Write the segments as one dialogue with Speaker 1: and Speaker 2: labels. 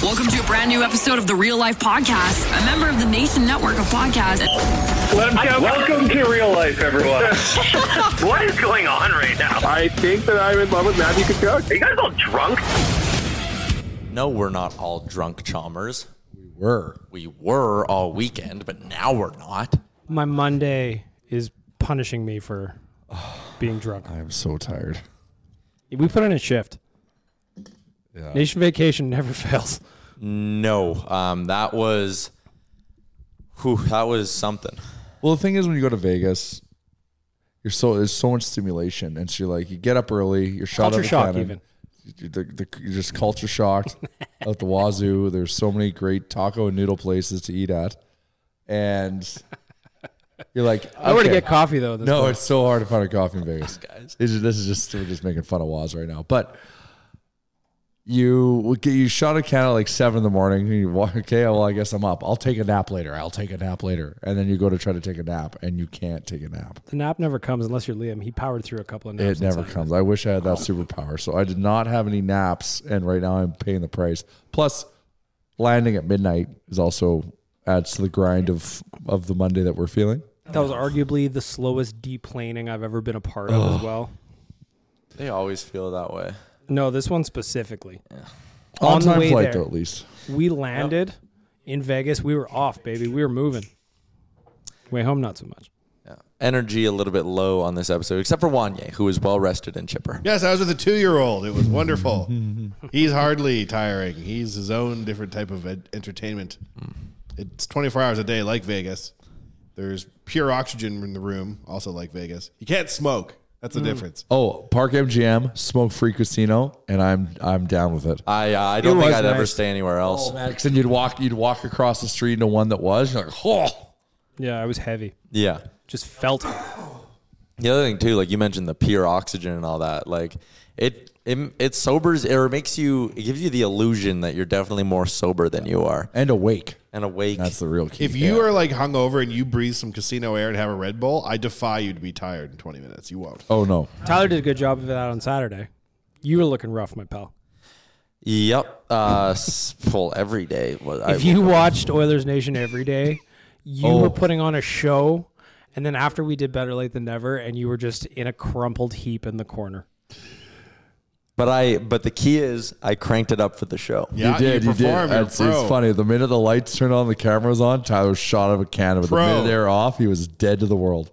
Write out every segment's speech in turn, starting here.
Speaker 1: Welcome to a brand new episode of the Real Life Podcast, a member of the Nation Network of Podcasts.
Speaker 2: Let him go.
Speaker 3: Welcome to real life, everyone.
Speaker 2: what is going on right now?
Speaker 3: I think that I'm in love with Matthew Kachuk.
Speaker 2: Are you guys all drunk?
Speaker 4: No, we're not all drunk, Chalmers.
Speaker 5: were.
Speaker 4: We were all weekend, but now we're not.
Speaker 6: My Monday is punishing me for being drunk.
Speaker 5: I'm so tired.
Speaker 6: We put in a shift.
Speaker 5: Yeah.
Speaker 6: Nation vacation never fails.
Speaker 4: No, um, that was, whew, that was something.
Speaker 5: Well, the thing is, when you go to Vegas, you're so there's so much stimulation, and so you're like, you get up early, you're shot
Speaker 6: Culture
Speaker 5: out of
Speaker 6: shock,
Speaker 5: cannon.
Speaker 6: even.
Speaker 5: You're, the- the- you're just culture shocked out the wazoo. There's so many great taco and noodle places to eat at, and you're like,
Speaker 6: I were to
Speaker 5: okay.
Speaker 6: get coffee though. at This
Speaker 5: No,
Speaker 6: point.
Speaker 5: it's so hard to find a coffee in Vegas. Guys. This is, this is just we're just making fun of Waz right now. But you would get you shot a can at like seven in the morning. And you walk, okay, well I guess I'm up. I'll take a nap later. I'll take a nap later. And then you go to try to take a nap and you can't take a nap.
Speaker 6: the nap never comes unless you're Liam. He powered through a couple of naps.
Speaker 5: It never
Speaker 6: inside.
Speaker 5: comes. I wish I had that superpower. So I did not have any naps, and right now I'm paying the price. Plus, landing at midnight is also adds to the grind of of the Monday that we're feeling.
Speaker 6: That was arguably the slowest deplaning I've ever been a part of as well.
Speaker 4: They always feel that way.
Speaker 6: No, this one specifically.
Speaker 5: On,
Speaker 6: On the
Speaker 5: time
Speaker 6: way
Speaker 5: flight
Speaker 6: there.
Speaker 5: though, at least.
Speaker 6: We landed in Vegas. We were off, baby. We were moving. Way home, not so much.
Speaker 4: Energy a little bit low on this episode, except for Wanye, who is well rested and chipper.
Speaker 7: Yes, I was with a two-year-old. It was wonderful. He's hardly tiring. He's his own different type of ed- entertainment. It's 24 hours a day, like Vegas. There's pure oxygen in the room, also like Vegas. You can't smoke. That's the difference.
Speaker 5: Oh, Park MGM, smoke free casino, and I'm I'm down with
Speaker 7: Oh,
Speaker 5: it.
Speaker 4: I uh, I don't
Speaker 6: It
Speaker 4: think
Speaker 6: was
Speaker 4: I'd ever
Speaker 6: nice.
Speaker 4: stay anywhere else.
Speaker 5: And Oh, you'd walk you'd walk across the street into one that was you're like, oh,
Speaker 6: Yeah, I was heavy.
Speaker 4: yeah.
Speaker 6: Just felt it.
Speaker 4: The other thing too, like you mentioned, the pure oxygen and all that, like it. It, it sobers or makes you it gives you the illusion that you're definitely more sober than you are
Speaker 5: and awake.
Speaker 4: and awake
Speaker 5: That's the real key.
Speaker 7: If you are like hungover and you breathe some casino air and have a Red Bull, I defy you to be tired in 20 minutes. You won't.
Speaker 5: oh no,
Speaker 6: Tyler did a good job of that on Saturday. You were looking rough, my pal.
Speaker 4: Yep. Uh, s- well, every day. Was, I,
Speaker 6: If you watched Oilers Nation every day, you were putting on a show, and then after we did Better Late Than Never, and you were just in a crumpled heap in the corner.
Speaker 4: but I. But the key is, I cranked it up for the show.
Speaker 7: Yeah,
Speaker 5: you did, you, did.
Speaker 7: perform, you're a
Speaker 5: It's, it's
Speaker 7: pro.
Speaker 5: funny. The minute the lights turned on, the camera was on. Tyler was shot out of a cannon. But the
Speaker 7: Pro.
Speaker 5: minute they were off, he was dead to the world.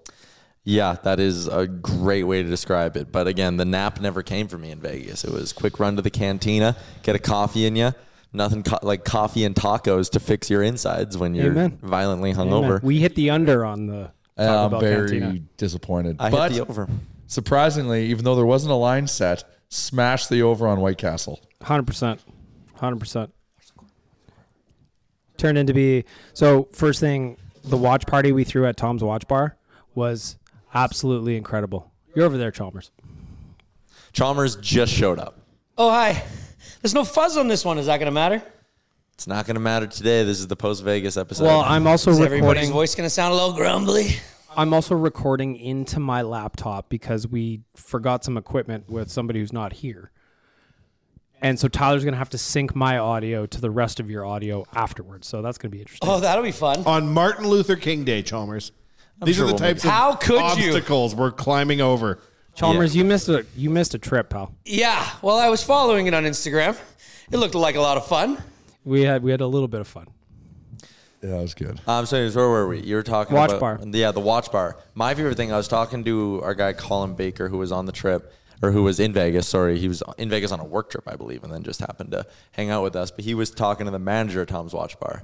Speaker 4: Yeah, that is a great way to describe it. But again, the nap never came for me in Vegas. It was quick run to the cantina, get a coffee in you, Nothing co- like coffee and tacos to fix your insides when you're
Speaker 6: Amen.
Speaker 4: violently
Speaker 6: Amen.
Speaker 4: hungover.
Speaker 6: We hit the under on the Taco
Speaker 5: I'm
Speaker 6: Bell
Speaker 5: very
Speaker 6: Cantina.
Speaker 5: disappointed.
Speaker 4: I
Speaker 5: but
Speaker 4: hit the over.
Speaker 5: surprisingly, even though there wasn't a line set, smashed the over on White Castle.
Speaker 6: Hundred percent, hundred percent. Turned into be so. First thing, the watch party we threw at Tom's Watch Bar was absolutely incredible. You're over there, Chalmers.
Speaker 4: Chalmers just showed up.
Speaker 8: Oh, hi. There's no fuzz on this one. Is that going to matter?
Speaker 4: It's not going to matter today. This is the post Vegas episode.
Speaker 6: Well, I'm also
Speaker 8: Is everybody's
Speaker 6: recording.
Speaker 8: voice going to sound a little grumbly?
Speaker 6: I'm also recording into my laptop because we forgot some equipment with somebody who's not here. And so Tyler's gonna have to sync my audio to the rest of your audio afterwards. So that's gonna be interesting.
Speaker 8: Oh, that'll be fun.
Speaker 7: on Martin Luther King Day, Chalmers. These
Speaker 4: sure
Speaker 7: are the
Speaker 4: we'll
Speaker 7: types
Speaker 8: it.
Speaker 7: of
Speaker 8: How could you?
Speaker 7: obstacles we're climbing over.
Speaker 6: Chalmers, you missed a you missed a trip, pal.
Speaker 8: Yeah. Well, I was following it on Instagram. It looked like a lot of fun.
Speaker 6: We had we had a little bit of fun.
Speaker 5: Yeah, that was good.
Speaker 4: I'm sorry, where were we? You were talking
Speaker 6: Watch
Speaker 4: about
Speaker 6: bar.
Speaker 4: yeah, the watch bar. My favorite thing. I was talking to our guy Colin Baker, who was on the trip or who was in Vegas. Sorry, he was in Vegas on a work trip, I believe, and then just happened to hang out with us. But he was talking to the manager of Tom's Watch Bar,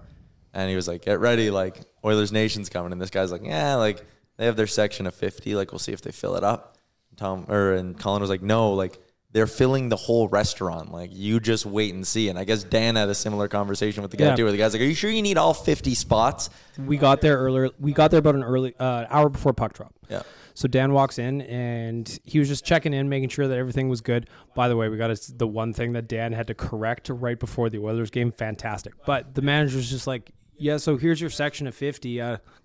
Speaker 4: and he was like, "Get ready, like Oilers Nation's coming." And this guy's like, "Yeah, like they have their section of 50. Like we'll see if they fill it up." Tom or and Colin was like, "No, like." They're filling the whole restaurant. Like you just wait and see. And I guess Dan had a similar conversation with the guy
Speaker 6: Yeah.
Speaker 4: too, where the guy's like, "Are you sure you need all fifty spots?"
Speaker 6: We got there earlier. We got there about an early uh, hour before puck drop.
Speaker 4: Yeah.
Speaker 6: So Dan walks in and he was just checking in, making sure that everything was good. By the way, we got us the one thing that Dan had to correct right before the Oilers game. Fantastic. But the manager's just like, yeah, so here's your section of 50.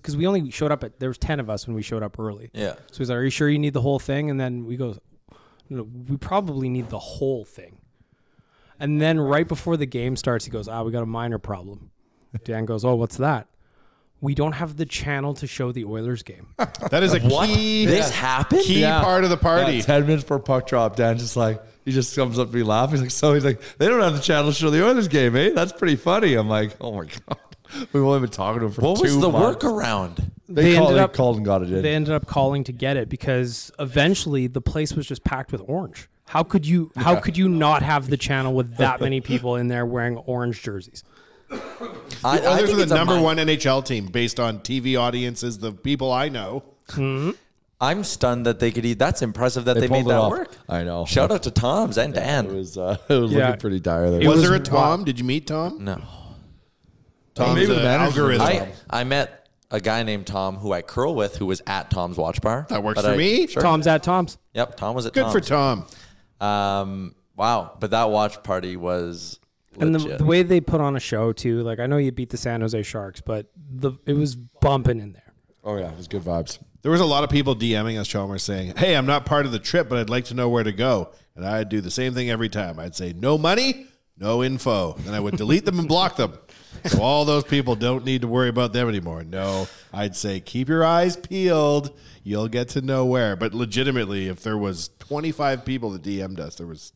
Speaker 6: Because we only showed up at, there was 10 of us when we showed up early.
Speaker 4: Yeah.
Speaker 6: So he's like, are you sure you need the whole thing? And then we go, no, we probably need the whole thing. And then right before the game starts, he goes, ah, we got a minor problem. Dan goes, oh, what's that? We don't have the channel to show the Oilers game.
Speaker 7: That is a key,
Speaker 4: This happened?
Speaker 7: key
Speaker 6: Yeah.
Speaker 7: part of the party.
Speaker 5: Yeah, Ten minutes for puck drop, Dan just like he just comes up to me laughing. He's like, so he's like, they don't have the channel to show the Oilers game, eh? That's pretty funny. I'm like, oh my god, we've only been talking to him for
Speaker 4: What
Speaker 5: two
Speaker 4: was the
Speaker 5: months.
Speaker 4: workaround?
Speaker 5: They,
Speaker 6: They
Speaker 5: called,
Speaker 6: ended
Speaker 5: they
Speaker 6: up-
Speaker 5: called and got it in.
Speaker 6: they ended up calling to get it because eventually the place was just packed with orange. How could you how could you not have the channel with that many people in there wearing orange jerseys?
Speaker 4: I,
Speaker 7: The Oilers
Speaker 4: think
Speaker 7: are
Speaker 4: it's
Speaker 7: the
Speaker 4: a
Speaker 7: number
Speaker 4: min-
Speaker 7: one NHL team based on TV audiences, the people I know.
Speaker 4: I'm stunned that they could eat. That's impressive that they,
Speaker 5: pulled
Speaker 4: made
Speaker 5: it
Speaker 4: that
Speaker 5: off.
Speaker 4: work.
Speaker 5: I know.
Speaker 4: Shout out to Tom's and
Speaker 5: It
Speaker 4: Dan.
Speaker 5: was uh, it was
Speaker 6: Yeah.
Speaker 5: looking pretty dire there.
Speaker 6: It
Speaker 7: Was,
Speaker 6: was
Speaker 7: there a
Speaker 6: not-
Speaker 7: Tom? Did you meet Tom?
Speaker 4: No,
Speaker 7: Tom's
Speaker 5: Maybe the
Speaker 7: a
Speaker 5: manager.
Speaker 7: algorithm.
Speaker 4: I I met a guy named Tom who I curl with, who was at Tom's Watch Bar.
Speaker 7: that works
Speaker 4: But
Speaker 7: for
Speaker 4: I-
Speaker 7: me.
Speaker 6: Tom's at Tom's.
Speaker 4: Yep, Tom was at
Speaker 7: Good
Speaker 4: Tom's.
Speaker 7: for Tom.
Speaker 4: Um, wow, but that watch party was
Speaker 6: And
Speaker 4: legit.
Speaker 6: the, the way they put on a show too, like I know you beat the San Jose Sharks, but the it was bumping in there.
Speaker 5: Oh yeah, it was good vibes.
Speaker 7: There was a lot of people DMing us, Chalmers, saying, Hey, I'm not part of the trip, but I'd like to know where to go. And I'd do the same thing every time. I'd say, No money, no info. And I would delete them and block them. So all those people don't need to worry about them anymore. No, I'd say, Keep your eyes peeled. You'll get to know where. But legitimately, if there was 25 people that DM'd us, there was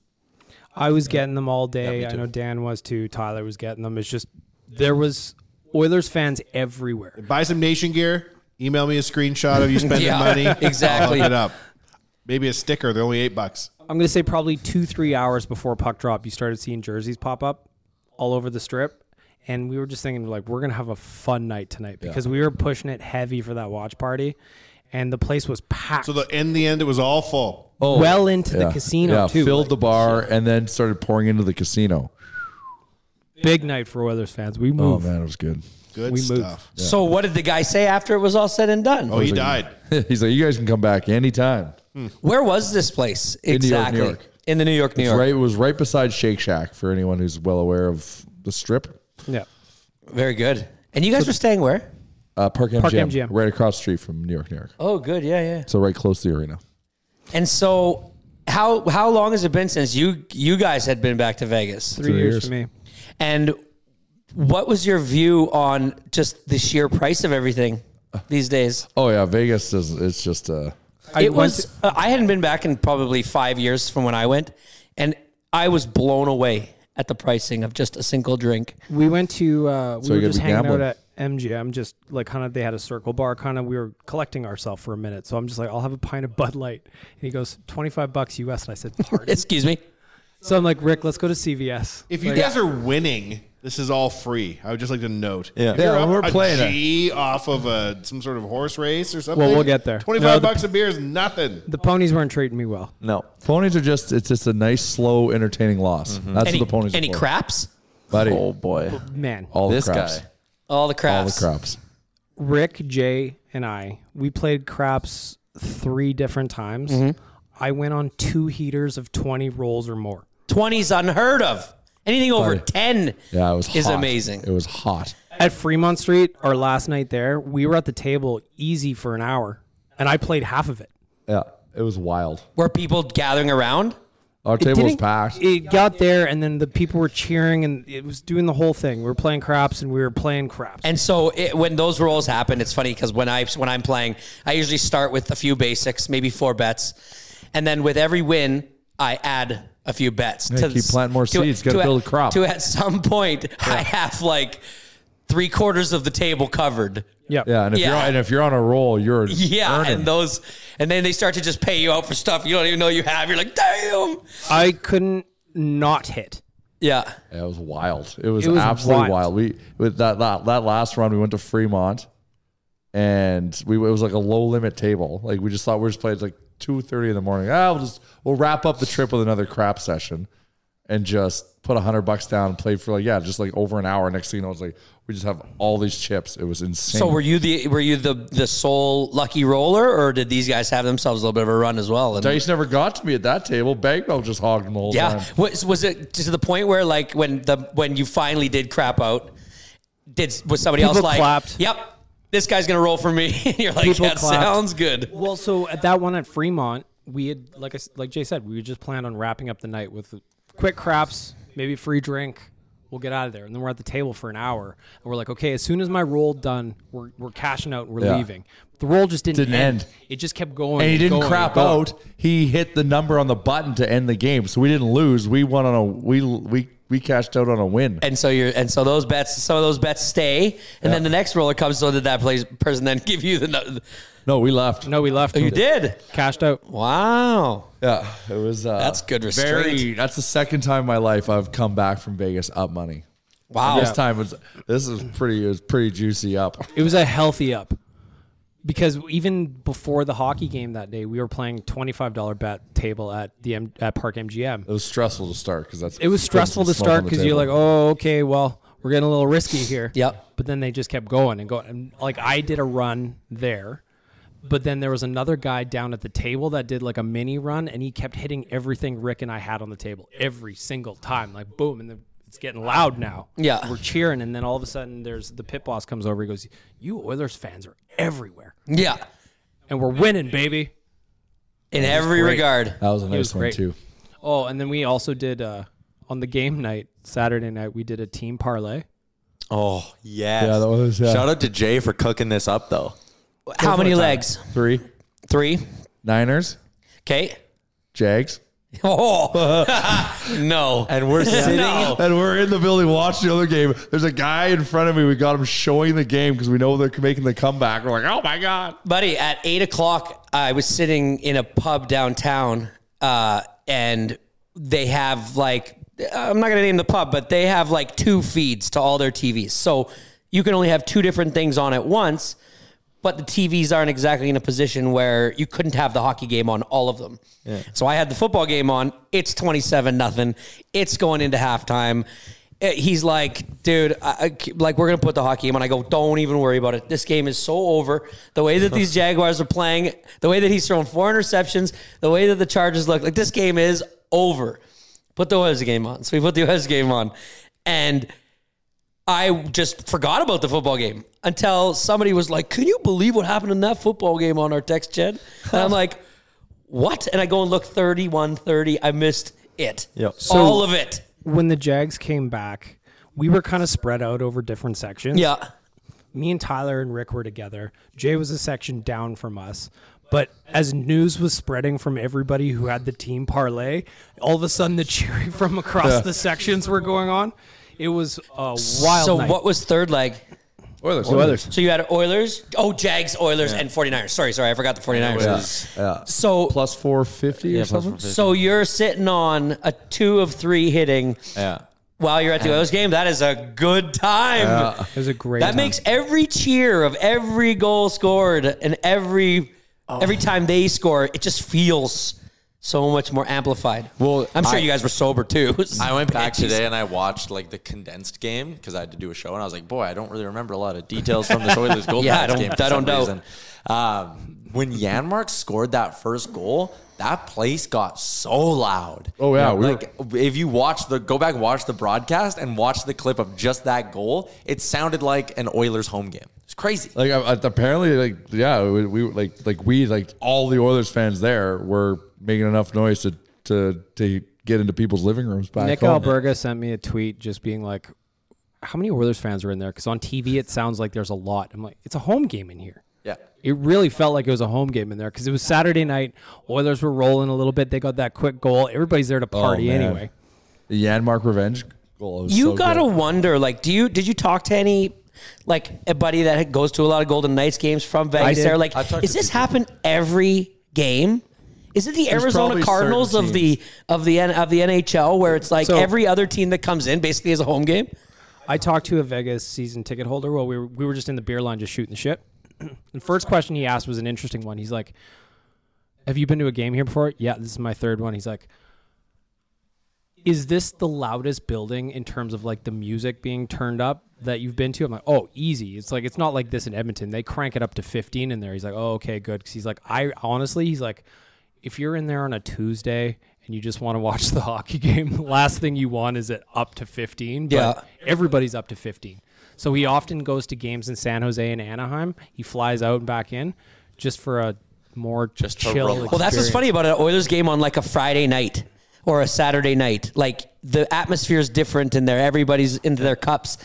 Speaker 6: I was getting them all day. I know Dan was too. Tyler was getting them. It's just there was Oilers fans everywhere.
Speaker 7: buy some nation gear. Email me a screenshot of you spending
Speaker 8: Yeah,
Speaker 7: money.
Speaker 8: exactly.
Speaker 7: I'll hook it up. Maybe a sticker. They're only eight bucks.
Speaker 6: I'm gonna say probably two, three hours before puck drop, you started seeing jerseys pop up all over the strip, and we were just thinking like we're gonna have a fun night tonight because we were pushing it heavy for that watch party, and the place was packed.
Speaker 7: So the, in the end, it was all full.
Speaker 8: Oh,
Speaker 6: Oh. well into
Speaker 5: Yeah.
Speaker 6: the casino
Speaker 5: yeah,
Speaker 6: too.
Speaker 5: filled the
Speaker 6: Like,
Speaker 5: bar and then started pouring into the casino.
Speaker 6: big night for Oilers fans. We
Speaker 5: Oh
Speaker 6: moved.
Speaker 5: man, it was good.
Speaker 7: Good
Speaker 6: We moved.
Speaker 7: stuff.
Speaker 8: So, what did the guy say after it was all said and done?
Speaker 7: Oh, he died.
Speaker 5: He's like, you guys can come back anytime.
Speaker 8: Hmm. Where was this place
Speaker 5: New York,
Speaker 8: exactly?
Speaker 5: New York.
Speaker 8: In the New York, New
Speaker 5: It's
Speaker 8: York.
Speaker 5: right. It was right beside Shake Shack for anyone who's well aware of the strip.
Speaker 6: yeah,
Speaker 8: Very good. And you guys were staying where?
Speaker 5: Uh, Park MGM,
Speaker 6: Park MGM.
Speaker 5: right across the street from New York, New York.
Speaker 8: Oh, good. Yeah, yeah.
Speaker 5: So right close to the arena.
Speaker 8: And so, how how long has it been since you you guys had been back to Vegas?
Speaker 6: three,
Speaker 5: Three
Speaker 6: years,
Speaker 5: years.
Speaker 6: for me.
Speaker 8: And what was your view on just the sheer price of everything these days?
Speaker 5: Oh yeah, Vegas is it's just uh
Speaker 6: I
Speaker 8: it
Speaker 6: went
Speaker 8: was uh, I hadn't been back in probably five years from when I went, and I was blown away at the pricing of just a single drink.
Speaker 6: We went to uh, we
Speaker 5: So you
Speaker 6: were
Speaker 5: gotta
Speaker 6: just
Speaker 5: be
Speaker 6: hanging
Speaker 5: gambling.
Speaker 6: out at MGM, just like kind of they had a circle bar, kind of we were collecting ourselves for a minute. So I'm just like, I'll have a pint of Bud Light, and he goes, twenty five bucks US, and I said, pardon.
Speaker 8: Excuse me.
Speaker 6: So I'm like, Rick, let's go to CVS.
Speaker 7: If you
Speaker 6: Like-
Speaker 7: guys are winning, this is all free. I would just like to note.
Speaker 6: Yeah.
Speaker 7: If you're
Speaker 6: Yeah,
Speaker 7: up
Speaker 6: we're
Speaker 7: a
Speaker 6: playing it.
Speaker 7: G off of a some sort of horse race or something.
Speaker 6: Well, we'll get there.
Speaker 7: Twenty
Speaker 6: No,
Speaker 7: five
Speaker 6: the-
Speaker 7: bucks a beer is nothing.
Speaker 6: the ponies weren't treating me well.
Speaker 5: No, ponies are just it's just a nice, slow, entertaining loss.
Speaker 6: Mm-hmm.
Speaker 5: That's
Speaker 8: Any-
Speaker 5: what the ponies.
Speaker 8: any
Speaker 5: are for.
Speaker 8: craps?
Speaker 5: buddy?
Speaker 4: Oh boy,
Speaker 6: Man.
Speaker 5: all
Speaker 4: This
Speaker 5: the craps.
Speaker 4: guy.
Speaker 8: All the
Speaker 5: all the
Speaker 8: craps.
Speaker 5: craps.
Speaker 6: Rick, Jay, and I, we played craps three different times. I went on two heaters of 20 rolls or more.
Speaker 8: 20's unheard of. Anything over 10
Speaker 5: Yeah, it was.
Speaker 8: is
Speaker 5: hot.
Speaker 8: amazing.
Speaker 5: It was hot.
Speaker 6: At Fremont Street, our last night there, we were at the table easy for an hour, and I played half of it.
Speaker 5: Yeah, it was wild.
Speaker 8: Were people gathering around?
Speaker 5: Our table was
Speaker 6: didn't-
Speaker 5: packed.
Speaker 6: It got there, and then the people were cheering, and it was doing the whole thing. We were playing craps, and we were playing craps.
Speaker 8: And so it, when those rolls happen, it's funny because when I when I'm playing, I usually start with a few basics, maybe four bets, and then with every win, I add a few bets.
Speaker 5: Yeah, keep planting more seeds, gotta
Speaker 8: at-
Speaker 5: build a crop.
Speaker 8: To at some point, I have like three quarters of the table covered.
Speaker 6: yeah.
Speaker 5: Yeah, and if you're
Speaker 8: Yeah.
Speaker 5: and if you're on a roll, you're
Speaker 8: Yeah,
Speaker 5: earning.
Speaker 8: and those, and then they start to just pay you out for stuff you don't even know you have. You're like, damn.
Speaker 6: I couldn't not hit.
Speaker 8: Yeah,
Speaker 5: Yeah, it was wild. It was,
Speaker 6: It was
Speaker 5: absolutely
Speaker 6: wild.
Speaker 5: wild. We with that, that that last round, we went to Fremont, and we it was like a low limit table. Like we just thought we were just playing it's like two thirty in the morning. Ah, we'll just we'll wrap up the trip with another crap session, and just put a hundred bucks down and play for like yeah, just like over an hour. Next thing you know, it's like we just have all these chips. It was insane.
Speaker 8: So were you the were you the the sole lucky roller, or did these guys have themselves a little bit of a run as well? And-
Speaker 5: Dice never got to me at that table. Bankroll just hogged them the whole
Speaker 8: yeah,
Speaker 5: time.
Speaker 8: was was it to the point where like when the when you finally did crap out, did was somebody else
Speaker 6: People
Speaker 8: like,
Speaker 6: clapped.
Speaker 8: yep, this guy's gonna roll for me? and you're like,
Speaker 6: People
Speaker 8: that
Speaker 6: clapped.
Speaker 8: sounds good.
Speaker 6: Well, so at that one at Fremont, we had like I s like Jay said, we were just planned on wrapping up the night with quick craps, maybe a free drink. We'll get out of there, and then we're at the table for an hour, and we're like, okay, as soon as my roll done, we're we're cashing out and we're
Speaker 5: Yeah.
Speaker 6: leaving. The roll just didn't,
Speaker 5: Didn't
Speaker 6: end.
Speaker 5: end.
Speaker 6: It just kept going.
Speaker 5: and he didn't
Speaker 6: going,
Speaker 5: crap
Speaker 6: going.
Speaker 5: out. He hit the number on the button to end the game, so we didn't lose. We won on a we we we cashed out on a win.
Speaker 8: And so you're and so those bets, some of those bets stay, and then the next roller comes. So did that plays, person then give you the? nu-
Speaker 5: No, we left.
Speaker 6: No, we left.
Speaker 8: Oh, you did.
Speaker 6: Cashed out.
Speaker 8: Wow,
Speaker 5: Yeah, it was. Uh,
Speaker 8: That's good
Speaker 5: Very.
Speaker 8: restraint.
Speaker 5: That's the second time in my life I've come back from Vegas up money.
Speaker 8: wow.
Speaker 5: This time was this is pretty. It was pretty juicy up.
Speaker 6: It was a healthy up because even before the hockey game that day, we were playing twenty five dollar bet table at the M- at Park MGM.
Speaker 5: It was stressful to start because that's.
Speaker 6: it was stressful to start because you're like, oh, okay, well, we're getting a little risky here.
Speaker 8: Yep.
Speaker 6: But then they just kept going and going. And, like I did a run there, but then there was another guy down at the table that did like a mini run, and he kept hitting everything Rick and I had on the table every single time, like boom, and the, it's getting loud now.
Speaker 8: Yeah.
Speaker 6: We're cheering, and then all of a sudden, there's the pit boss comes over. He goes, "You Oilers fans are everywhere,
Speaker 8: Yeah,
Speaker 6: and we're winning, baby."
Speaker 8: in every
Speaker 6: great.
Speaker 8: regard.
Speaker 5: that was a nice
Speaker 6: oh, was
Speaker 5: one
Speaker 6: great.
Speaker 5: too.
Speaker 6: Oh, and then we also did uh, on the game night Saturday night. We did a team parlay.
Speaker 4: Oh yes.
Speaker 5: Yeah, that was, yeah.
Speaker 4: Shout out to Jay for cooking this up though.
Speaker 8: How many legs?
Speaker 5: Three
Speaker 8: Three.
Speaker 5: Niners,
Speaker 8: Okay.
Speaker 5: Jags,
Speaker 8: Oh no!
Speaker 4: And we're sitting
Speaker 5: and we're in the building watching the other game. There's a guy in front of me. We got him showing the game because we know they're making the comeback. We're like, oh my god.
Speaker 8: buddy. At eight o'clock, I was sitting in a pub downtown, uh, and they have like I'm not gonna name the pub, but they have like two feeds to all their TVs, so you can only have two different things on at once. But the TVs aren't exactly in a position where you couldn't have the hockey game on all of them. So I had the football game on. It's twenty-seven nothing. It's going into halftime. Uh, He's like, dude, I, I- like we're gonna put the hockey game on. I go, don't even worry about it. This game is so over. The way that these Jaguars are playing, the way that he's thrown four interceptions, the way that the Chargers look, like this game is over. Put the Oilers game on. So we put the Oilers game on, and I just forgot about the football game until somebody was like, "Can you believe what happened in that football game on our text chat?" And I'm like, "What?" And I go and look 31 30. I missed it.
Speaker 4: Yep.
Speaker 8: All of it.
Speaker 6: when the Jags came back, we were kind of spread out over different sections.
Speaker 8: Yeah.
Speaker 6: Me and Tyler and Rick were together. Jay was a section down from us. But as news was spreading from everybody who had the team parlay, all of a sudden the cheering from across the sections were going on. It was a wild
Speaker 8: so
Speaker 6: night.
Speaker 8: what was third leg?
Speaker 5: Oilers.
Speaker 8: So
Speaker 5: Oilers.
Speaker 8: So you had Oilers, oh Jags, Oilers, and 49ers. Sorry, sorry, I forgot the 49ers. So
Speaker 5: plus four fifty or something.
Speaker 8: So you're sitting on a two of three hitting.
Speaker 4: Yeah.
Speaker 8: While you're at the
Speaker 5: Yeah.
Speaker 8: Oilers game, that is a good time.
Speaker 5: Yeah.
Speaker 6: It was a great.
Speaker 8: that
Speaker 6: time.
Speaker 8: makes every cheer of every goal scored and every
Speaker 5: Oh.
Speaker 8: every time they score, it just feels so much more amplified. Well, I'm sure
Speaker 4: I-
Speaker 8: you guys were sober too.
Speaker 4: I went back
Speaker 8: Jeez.
Speaker 4: today and I watched like the condensed game because I had to do a show, and I was like, "Boy, I don't really remember a lot of details from this Oilers Golden
Speaker 8: Yeah, I
Speaker 4: Knights
Speaker 8: don't-
Speaker 4: game." for
Speaker 8: I don't
Speaker 4: some
Speaker 8: doubt.
Speaker 4: reason. Um, when Yanmark scored that first goal, that place got so loud.
Speaker 5: Oh, yeah, we were-
Speaker 4: like if you watch the go back, and watch the broadcast, and watch the clip of just that goal, it sounded like an Oilers home game. It's crazy.
Speaker 5: Like uh, apparently, like yeah, we, we like like we like all the Oilers fans there were making enough noise to to to get into people's living rooms back
Speaker 6: Nick
Speaker 5: home.
Speaker 6: Alberga sent me a tweet just being like, "How many Oilers fans are in there?" Because on TV it sounds like there's a lot. I'm like, it's a home game in here.
Speaker 4: Yeah.
Speaker 6: It really felt like it was a home game in there because it was Saturday night. Oilers were rolling a little bit. They got that quick goal. Everybody's there to party
Speaker 5: Oh, man.
Speaker 6: anyway.
Speaker 5: The Yanmark revenge goal. was
Speaker 8: You
Speaker 5: so
Speaker 8: gotta
Speaker 5: good.
Speaker 8: wonder, like, do you did you talk to any like a buddy that goes to a lot of Golden Knights games from Vegas?
Speaker 5: did.
Speaker 8: There, like,
Speaker 5: I've talked
Speaker 8: is
Speaker 5: to
Speaker 8: this happen every game? Is it the
Speaker 5: There's
Speaker 8: Arizona
Speaker 5: probably
Speaker 8: Cardinals
Speaker 5: certain
Speaker 8: of the of the N- of the NHL where it's like
Speaker 6: So-
Speaker 8: every other team that comes in basically is a home game?
Speaker 6: I talked to a Vegas season ticket holder. Well, we were, we were just in the beer line just shooting the shit. the first question he asked was an interesting one. He's like, Have you been to a game here before? Yeah, this is my third one. He's like, Is this the loudest building in terms of like the music being turned up that you've been to? I'm like, Oh, easy. It's like, it's not like this in Edmonton. They crank it up to 15 in there. He's like, Oh, okay, good. Cause he's like, I honestly, he's like, If you're in there on a Tuesday, and you just want to watch the hockey game. the Last thing you want is it up to 15. But
Speaker 8: Yeah.
Speaker 6: everybody's up to 15. So he often goes to games in San Jose and Anaheim. He flies out and back in just for a more just chill.
Speaker 8: Well, that's what's
Speaker 6: experience.
Speaker 8: funny about an Oilers game on like a Friday night or a Saturday night. Like the atmosphere is different in there. Everybody's into their cups,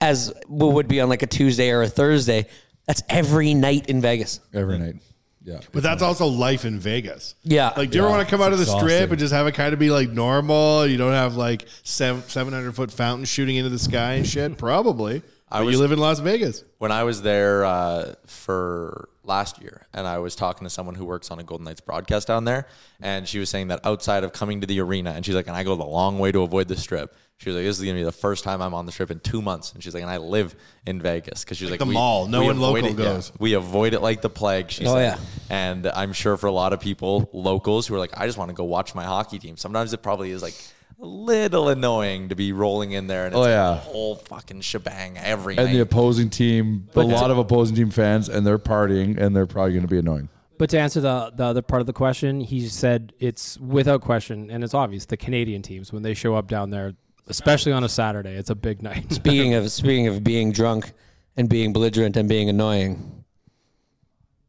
Speaker 8: as would be on like a Tuesday or a Thursday. That's every night in Vegas.
Speaker 5: every night. Yeah,
Speaker 7: But that's also life in Vegas.
Speaker 8: Yeah.
Speaker 7: Like, do you ever
Speaker 8: Yeah,
Speaker 7: want to come out of the
Speaker 5: it's
Speaker 7: strip
Speaker 5: exhausting.
Speaker 7: and just have it kind of be like normal? You don't have like seven, 700 foot fountains shooting into the sky and shit? Probably. But
Speaker 4: was-
Speaker 7: you live in Las Vegas.
Speaker 4: when I was there uh, for last year, and I was talking to someone who works on a Golden Knights broadcast down there, and she was saying that outside of coming to the arena, and she's like, and I go the long way to avoid the strip. She was like, this is gonna be the first time I'm on the strip in two months, and she's like, and I live in Vegas because she's like,
Speaker 7: the
Speaker 4: we-
Speaker 7: mall. No
Speaker 4: we
Speaker 7: one
Speaker 4: avoid
Speaker 7: local
Speaker 4: it- yeah,
Speaker 7: goes.
Speaker 4: we avoid it like the plague. She's
Speaker 8: Oh,
Speaker 4: like,
Speaker 8: yeah.
Speaker 4: and I'm sure for a lot of people, locals who are like, I just want to go watch my hockey team. Sometimes it probably is like. A little annoying to be rolling in there and it's
Speaker 5: Oh,
Speaker 4: like
Speaker 5: yeah.
Speaker 4: the whole fucking shebang every
Speaker 5: and
Speaker 4: night.
Speaker 5: the opposing team, a lot of opposing team fans, and they're partying, and they're probably going to be annoying.
Speaker 6: But to answer the, the other part of the question, he said it's without question, and it's obvious the Canadian teams, when they show up down there, especially on a Saturday, it's a big night.
Speaker 8: Speaking of speaking of being drunk and being belligerent and being annoying,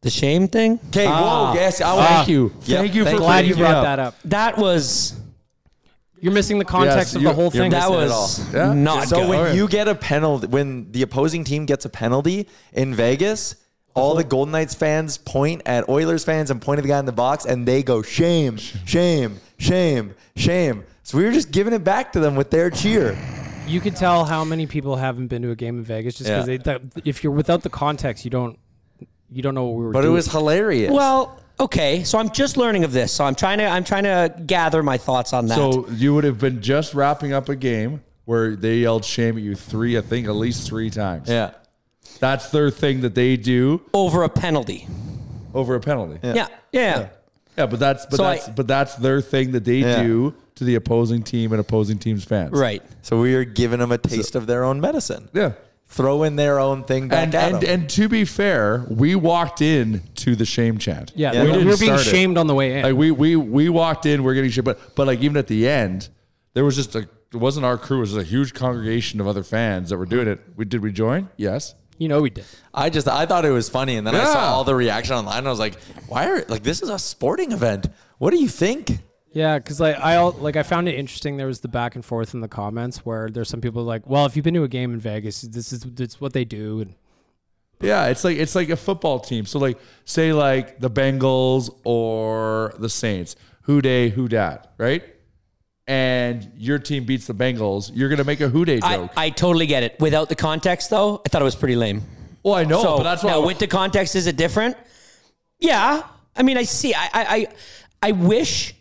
Speaker 8: the shame thing.
Speaker 4: Okay, whoa, yes, I was
Speaker 5: Thank you, thank you for
Speaker 6: Glad you
Speaker 5: bringing
Speaker 6: brought
Speaker 5: it
Speaker 6: that up.
Speaker 8: That was
Speaker 6: You're missing the context
Speaker 5: Yes,
Speaker 6: of
Speaker 5: you-
Speaker 6: the whole
Speaker 5: you're
Speaker 6: thing.
Speaker 8: that
Speaker 4: missing it
Speaker 8: was
Speaker 5: all. Yeah.
Speaker 8: not
Speaker 4: So
Speaker 8: good.
Speaker 4: when
Speaker 5: Oh, yeah.
Speaker 4: you get a penalty, when the opposing team gets a penalty in Vegas, all the Golden Knights fans point at Oilers fans and point at the guy in the box, and they go shame, shame, shame, shame. So we were just giving it back to them with their cheer.
Speaker 6: You could tell how many people haven't been to a game in Vegas just because
Speaker 4: Yeah.
Speaker 6: if you're without the context, you don't you don't know what we were.
Speaker 4: But it
Speaker 6: doing.
Speaker 4: was hilarious.
Speaker 8: well, Oh, okay, so I'm just learning of this, so I'm trying to I'm trying to gather my thoughts on that.
Speaker 5: So you would have been just wrapping up a game where they yelled shame at you three, I think, at least three times.
Speaker 4: yeah.
Speaker 5: That's their thing that they do
Speaker 8: over a penalty.
Speaker 5: over a penalty. Yeah,
Speaker 8: Yeah, yeah.
Speaker 5: but that's but
Speaker 8: So
Speaker 5: that's
Speaker 8: I-
Speaker 5: but that's their thing that they
Speaker 4: Yeah.
Speaker 5: do to the opposing team and opposing team's fans.
Speaker 8: Right.
Speaker 4: So we were giving them a taste of their own medicine.
Speaker 5: Yeah.
Speaker 4: Throw in their own thing back
Speaker 5: And
Speaker 4: at
Speaker 5: and,
Speaker 4: 'em.
Speaker 5: and to be fair, we walked in to the shame chant.
Speaker 6: yeah,
Speaker 4: Yeah,
Speaker 6: we,
Speaker 4: no.
Speaker 6: were,
Speaker 4: didn't
Speaker 6: we were being
Speaker 5: start it.
Speaker 6: shamed on the way in.
Speaker 5: Like we we we walked in, we're getting shit, but but like even at the end, there was just a it wasn't our crew, it was a huge congregation of other fans that were doing it. We did we join? Yes.
Speaker 6: you know we did.
Speaker 4: I just I thought it was funny, and then I
Speaker 5: Yeah.
Speaker 4: saw all the reaction online. And I was like, why are like this is a sporting event? What do you think?
Speaker 6: Yeah, because like I all, like I found it interesting. There was the back and forth in the comments where there's some people like, "Well, if you've been to a game in Vegas, this is it's what they do." And
Speaker 5: Yeah, it's like it's like a football team. So like say like the Bengals or the Saints. Who day, who dat, right? and your team beats the Bengals, you're gonna make a Houday joke.
Speaker 8: I, I totally get it. Without the context, though, I thought it was pretty lame.
Speaker 5: Well, Oh, I know,
Speaker 8: So
Speaker 5: but that's why
Speaker 8: now
Speaker 5: I-
Speaker 8: with the context, is it different? Yeah, I mean, I see. I, I, I, I wish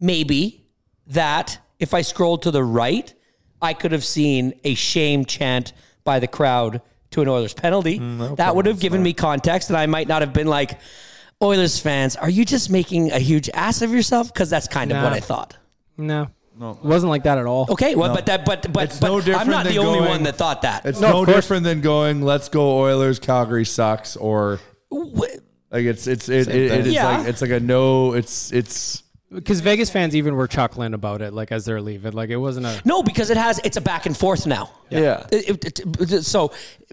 Speaker 8: maybe that if I scrolled to the right, I could have seen a shame chant by the crowd to an Oilers penalty. that would have given me context, and I might not have been like, "Oilers fans, are you just making a huge ass of yourself?" Because that's kind of
Speaker 6: Nah.
Speaker 8: what I thought.
Speaker 6: No. No. It wasn't like that at all.
Speaker 8: Okay, well, but that, but, but, but I'm not the only one that thought that.
Speaker 5: It's
Speaker 6: No,
Speaker 5: no
Speaker 6: of course.
Speaker 5: different than going, "Let's go Oilers, Calgary sucks," or like it's it's it, it, it is
Speaker 8: Yeah.
Speaker 5: like it's like a no. It's it's
Speaker 6: Because Vegas fans even were chuckling about it, like as they're leaving. Like it wasn't a.
Speaker 8: No, because it has it's a back and forth now.
Speaker 5: yeah.
Speaker 8: It- it- it- so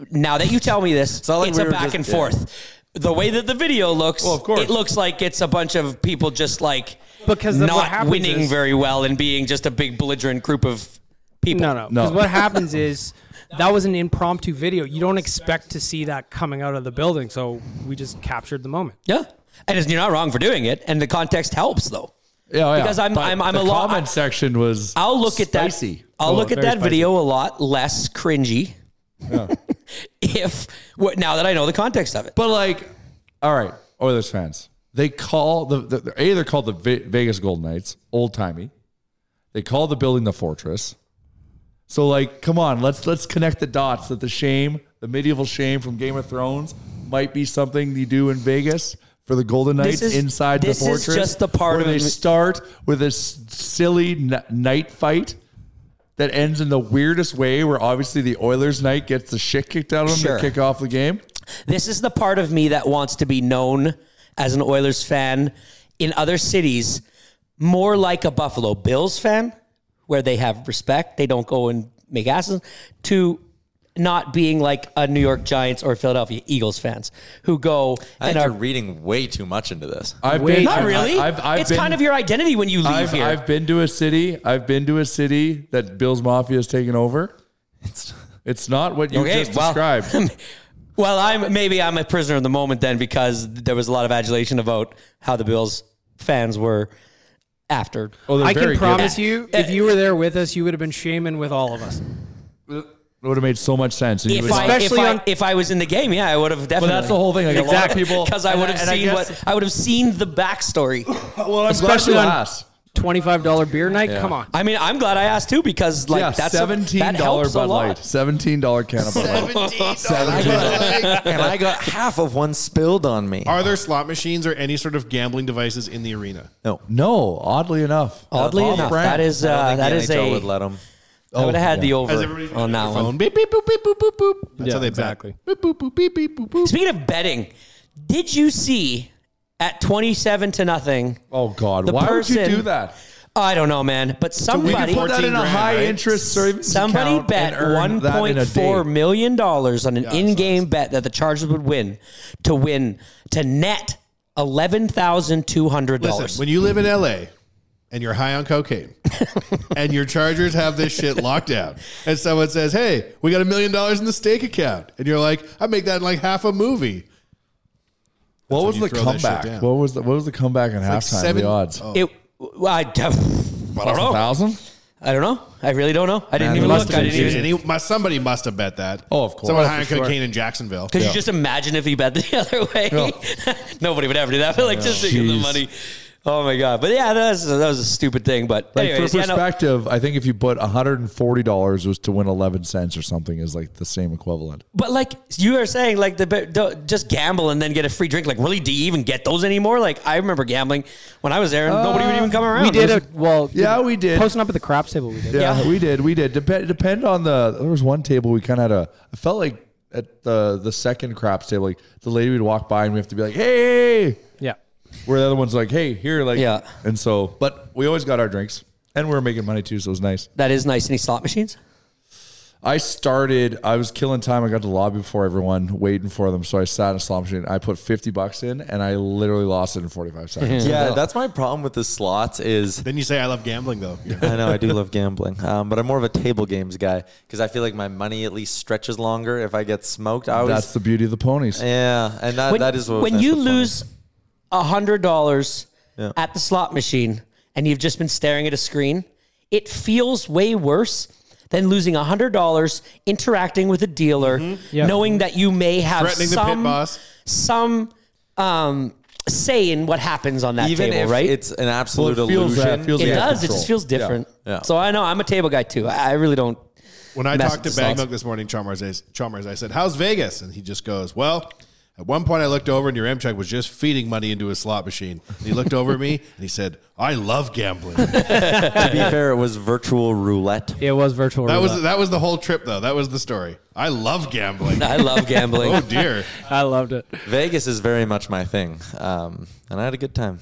Speaker 8: now that you tell me this, it's,
Speaker 5: not like we
Speaker 8: a
Speaker 5: were
Speaker 8: back
Speaker 5: just-
Speaker 8: and
Speaker 5: yeah.
Speaker 8: forth. The way that the video looks,
Speaker 5: Well, of course.
Speaker 8: it looks like it's a bunch of people just like
Speaker 6: Because then what
Speaker 8: not
Speaker 6: happens
Speaker 8: winning
Speaker 6: is-
Speaker 8: very well and being just a big belligerent group of people.
Speaker 6: No, no.
Speaker 5: No.
Speaker 6: Because what happens is that was an impromptu video. You don't expect to see that coming out of the building. So we just captured the moment.
Speaker 8: Yeah, and it's, you're not wrong for doing it, and the context helps though.
Speaker 5: Yeah, oh, yeah.
Speaker 8: Because I'm-
Speaker 5: But
Speaker 8: I'm- I'm
Speaker 5: the
Speaker 8: a lot-
Speaker 5: comment section was.
Speaker 8: I'll look at that.
Speaker 5: spicy.
Speaker 8: I'll
Speaker 5: Oh,
Speaker 8: look at
Speaker 5: very
Speaker 8: that
Speaker 5: spicy.
Speaker 8: video a lot less cringy. if what now that I know the context of it.
Speaker 5: But like, all right, Oilers fans, they call the, the, the a they're called the Ve- Vegas Golden Knights, old timey. They call the building the fortress. So like, come on, let's let's connect the dots that the shame, the medieval shame from Game of Thrones, might be something you do in Vegas for the Golden
Speaker 8: This
Speaker 5: Knights
Speaker 8: is-
Speaker 5: inside
Speaker 8: this
Speaker 5: the
Speaker 8: is
Speaker 5: fortress.
Speaker 8: just the part
Speaker 5: where
Speaker 8: of
Speaker 5: they
Speaker 8: it-
Speaker 5: start with this silly n- night fight. That ends in the weirdest way, where obviously the Oilers night gets the shit kicked out of them
Speaker 8: Sure.
Speaker 5: to kick off the game.
Speaker 8: This is the part of me that wants to be known as an Oilers fan in other cities, more like a Buffalo Bills fan, where they have respect, they don't go and make asses, to not being like a New York Giants or Philadelphia Eagles fans who go
Speaker 4: I
Speaker 8: and
Speaker 4: think
Speaker 8: are
Speaker 4: you're reading way too much into this.
Speaker 5: I've
Speaker 6: Wait,
Speaker 5: been
Speaker 8: not really.
Speaker 5: I, have I've
Speaker 8: it's
Speaker 5: been,
Speaker 8: kind of your identity when you leave
Speaker 5: I've,
Speaker 8: here.
Speaker 5: I've been to a city. I've been to a city that Bill's Mafia has taken over.
Speaker 4: It's,
Speaker 5: It's not what you
Speaker 8: Okay,
Speaker 5: just
Speaker 8: well-
Speaker 5: described.
Speaker 8: well, I'm maybe I'm a prisoner of the moment then because there was a lot of adulation about how the Bills fans were after.
Speaker 5: Oh, they're
Speaker 6: I
Speaker 5: very
Speaker 6: can promise
Speaker 5: good.
Speaker 6: you, if you were there with us, you would have been shaming with all of us.
Speaker 5: It would have made so much sense. And you
Speaker 8: if
Speaker 5: would-
Speaker 8: I, if,
Speaker 6: Especially
Speaker 8: I,
Speaker 6: on-
Speaker 8: if I was in the game, yeah, I would have definitely.
Speaker 5: well, that's the whole thing. Like a lot of people,
Speaker 8: because I
Speaker 5: and
Speaker 8: would have
Speaker 5: and
Speaker 8: seen
Speaker 5: guess-
Speaker 8: what I would have seen the backstory.
Speaker 5: Well, I'm glad
Speaker 6: Especially
Speaker 5: you
Speaker 6: on-
Speaker 5: asked.
Speaker 6: Twenty-five dollar beer night. Come on.
Speaker 8: I mean, I'm glad I asked too because like
Speaker 5: yeah,
Speaker 8: that's
Speaker 5: seventeen
Speaker 8: that
Speaker 5: dollar
Speaker 8: helps a
Speaker 5: Bud
Speaker 8: lot.
Speaker 5: Light, seventeen dollar can of Bud Light.
Speaker 4: and I got half of one spilled on me.
Speaker 7: Are there slot machines or any sort of gambling devices in the arena?
Speaker 5: No, oddly enough,
Speaker 8: Oddly enough, that is
Speaker 4: I don't
Speaker 8: uh,
Speaker 4: think
Speaker 8: that
Speaker 4: the
Speaker 8: is
Speaker 4: NHL
Speaker 8: a.
Speaker 4: would let 'em.
Speaker 8: I would have had
Speaker 5: Oh, yeah.
Speaker 7: Has
Speaker 8: the over
Speaker 7: everybody been
Speaker 8: on
Speaker 7: on
Speaker 8: that
Speaker 7: their
Speaker 8: one.
Speaker 7: phone? Beep, beep, boop, beep, boop, boop, boop. That's
Speaker 6: Yeah,
Speaker 7: how they bet.
Speaker 6: exactly.
Speaker 7: Boop, boop, boop, beep, beep, boop, boop.
Speaker 8: Speaking of betting, did you see at twenty-seven to nothing?
Speaker 5: Oh God,
Speaker 8: The
Speaker 5: why would
Speaker 8: person-
Speaker 5: you do that?
Speaker 8: I don't know, man, but
Speaker 7: we
Speaker 8: somebody
Speaker 7: can
Speaker 5: Put that in
Speaker 7: 14
Speaker 5: a
Speaker 7: grand,
Speaker 5: high
Speaker 7: right?
Speaker 5: interest service.
Speaker 8: Somebody
Speaker 5: account
Speaker 8: bet
Speaker 5: and earn
Speaker 8: one
Speaker 5: that in
Speaker 8: point
Speaker 5: a
Speaker 8: four
Speaker 5: day.
Speaker 8: million dollars on an
Speaker 7: that's
Speaker 8: in-game bet that the Chargers would win to win to net eleven thousand two hundred
Speaker 7: Listen,
Speaker 8: dollars.
Speaker 7: when you live in LA and you're high on cocaine and your Chargers have this shit locked down, and someone says, Hey, we got a million dollars in the stake account. And you're like, I make that in like half a movie.
Speaker 5: What was
Speaker 7: when
Speaker 5: the
Speaker 7: you throw that shit
Speaker 5: comeback?
Speaker 7: down.
Speaker 5: What was the what was the comeback in
Speaker 7: like
Speaker 5: halftime?
Speaker 7: seven-
Speaker 5: the odds
Speaker 7: oh.
Speaker 8: It, well, I, I don't know.
Speaker 5: thousand.
Speaker 8: I don't know. I really don't know. I didn't
Speaker 5: Man,
Speaker 8: even
Speaker 5: it must
Speaker 8: look.
Speaker 5: have
Speaker 8: I didn't
Speaker 5: been
Speaker 7: Dude,
Speaker 8: even.
Speaker 5: Jesus.
Speaker 7: and he, my, somebody must have bet that.
Speaker 5: Oh, of course.
Speaker 7: Someone
Speaker 5: Oh,
Speaker 7: high on
Speaker 5: for sure.
Speaker 7: cocaine in Jacksonville.
Speaker 8: Because you just imagine if he bet the other way, nobody would ever do that. But like just thinking of the
Speaker 5: Jeez.
Speaker 8: money. Oh my god! But yeah, that was, that was a stupid thing. But
Speaker 5: Like
Speaker 8: anyways,
Speaker 5: for
Speaker 8: yeah, no.
Speaker 5: perspective, I think if you put one hundred and forty dollars was to win eleven cents or something is like the same equivalent.
Speaker 8: But like you are saying, like the, the just gamble and then get a free drink. Like really, do you even get those anymore? Like I remember gambling when I was there, and nobody would even come around.
Speaker 6: We did
Speaker 8: It was-
Speaker 6: a well.
Speaker 5: Yeah, we did.
Speaker 6: Posting up at the craps table, we did.
Speaker 5: Yeah,
Speaker 8: Yeah.
Speaker 5: we did, we did. Depend depend on the. There was one table we kind of had a. I felt like at the the second craps table, like the lady would walk by and we have to be like, hey,
Speaker 6: Yeah.
Speaker 5: where the other one's like, hey, here, like,
Speaker 8: Yeah.
Speaker 5: And so, but we always got our drinks and we were making money too, so it was nice.
Speaker 8: that is nice. Any slot machines?
Speaker 5: I started. I was killing time. I got to the lobby before everyone, waiting for them. So I sat in a slot machine. I put fifty bucks in, and I literally lost it in forty five seconds.
Speaker 4: Yeah, that's my problem with the slots is
Speaker 7: then you say, I love gambling, though. You're-
Speaker 4: I know I do love gambling, um, but I'm more of a table games guy because I feel like my money at least stretches longer if I get smoked. I always,
Speaker 5: That's the beauty of the ponies.
Speaker 4: yeah, and that, that is what
Speaker 8: when
Speaker 4: that's
Speaker 8: you
Speaker 4: the fun.
Speaker 8: lose a hundred dollars at the slot machine and you've just been staring at a screen. it feels way worse than losing $100 interacting with a dealer
Speaker 6: Yep.
Speaker 8: knowing that you may have
Speaker 7: Threatening the pit
Speaker 8: some
Speaker 7: boss.
Speaker 8: some um, say in what happens on that
Speaker 4: Even
Speaker 8: table,
Speaker 4: if
Speaker 8: right?
Speaker 4: it's an absolute
Speaker 5: Well, it feels that-
Speaker 4: illusion,
Speaker 5: it feels
Speaker 8: it
Speaker 5: Yeah.
Speaker 8: does. It
Speaker 5: Control.
Speaker 8: just feels different.
Speaker 4: Yeah. Yeah.
Speaker 8: So I know I'm a table guy too. I I really don't.
Speaker 7: When I
Speaker 8: Mess
Speaker 7: talked to
Speaker 8: with the
Speaker 7: Bag
Speaker 8: stocks.
Speaker 7: Milk this morning, Chalmers, I- Chalmers, I said, "How's Vegas?" And he just goes, "Well." At one point, I looked over and your Amtrak was just feeding money into a slot machine. And he looked over at me and he said, "I love gambling." That
Speaker 4: to be fair, it was virtual roulette.
Speaker 6: It was virtual. That
Speaker 7: was that was the whole trip, though. That was the story. I love gambling.
Speaker 8: I love gambling.
Speaker 7: oh dear!
Speaker 6: I loved it.
Speaker 4: Vegas is very much my thing, um, and I had a good time.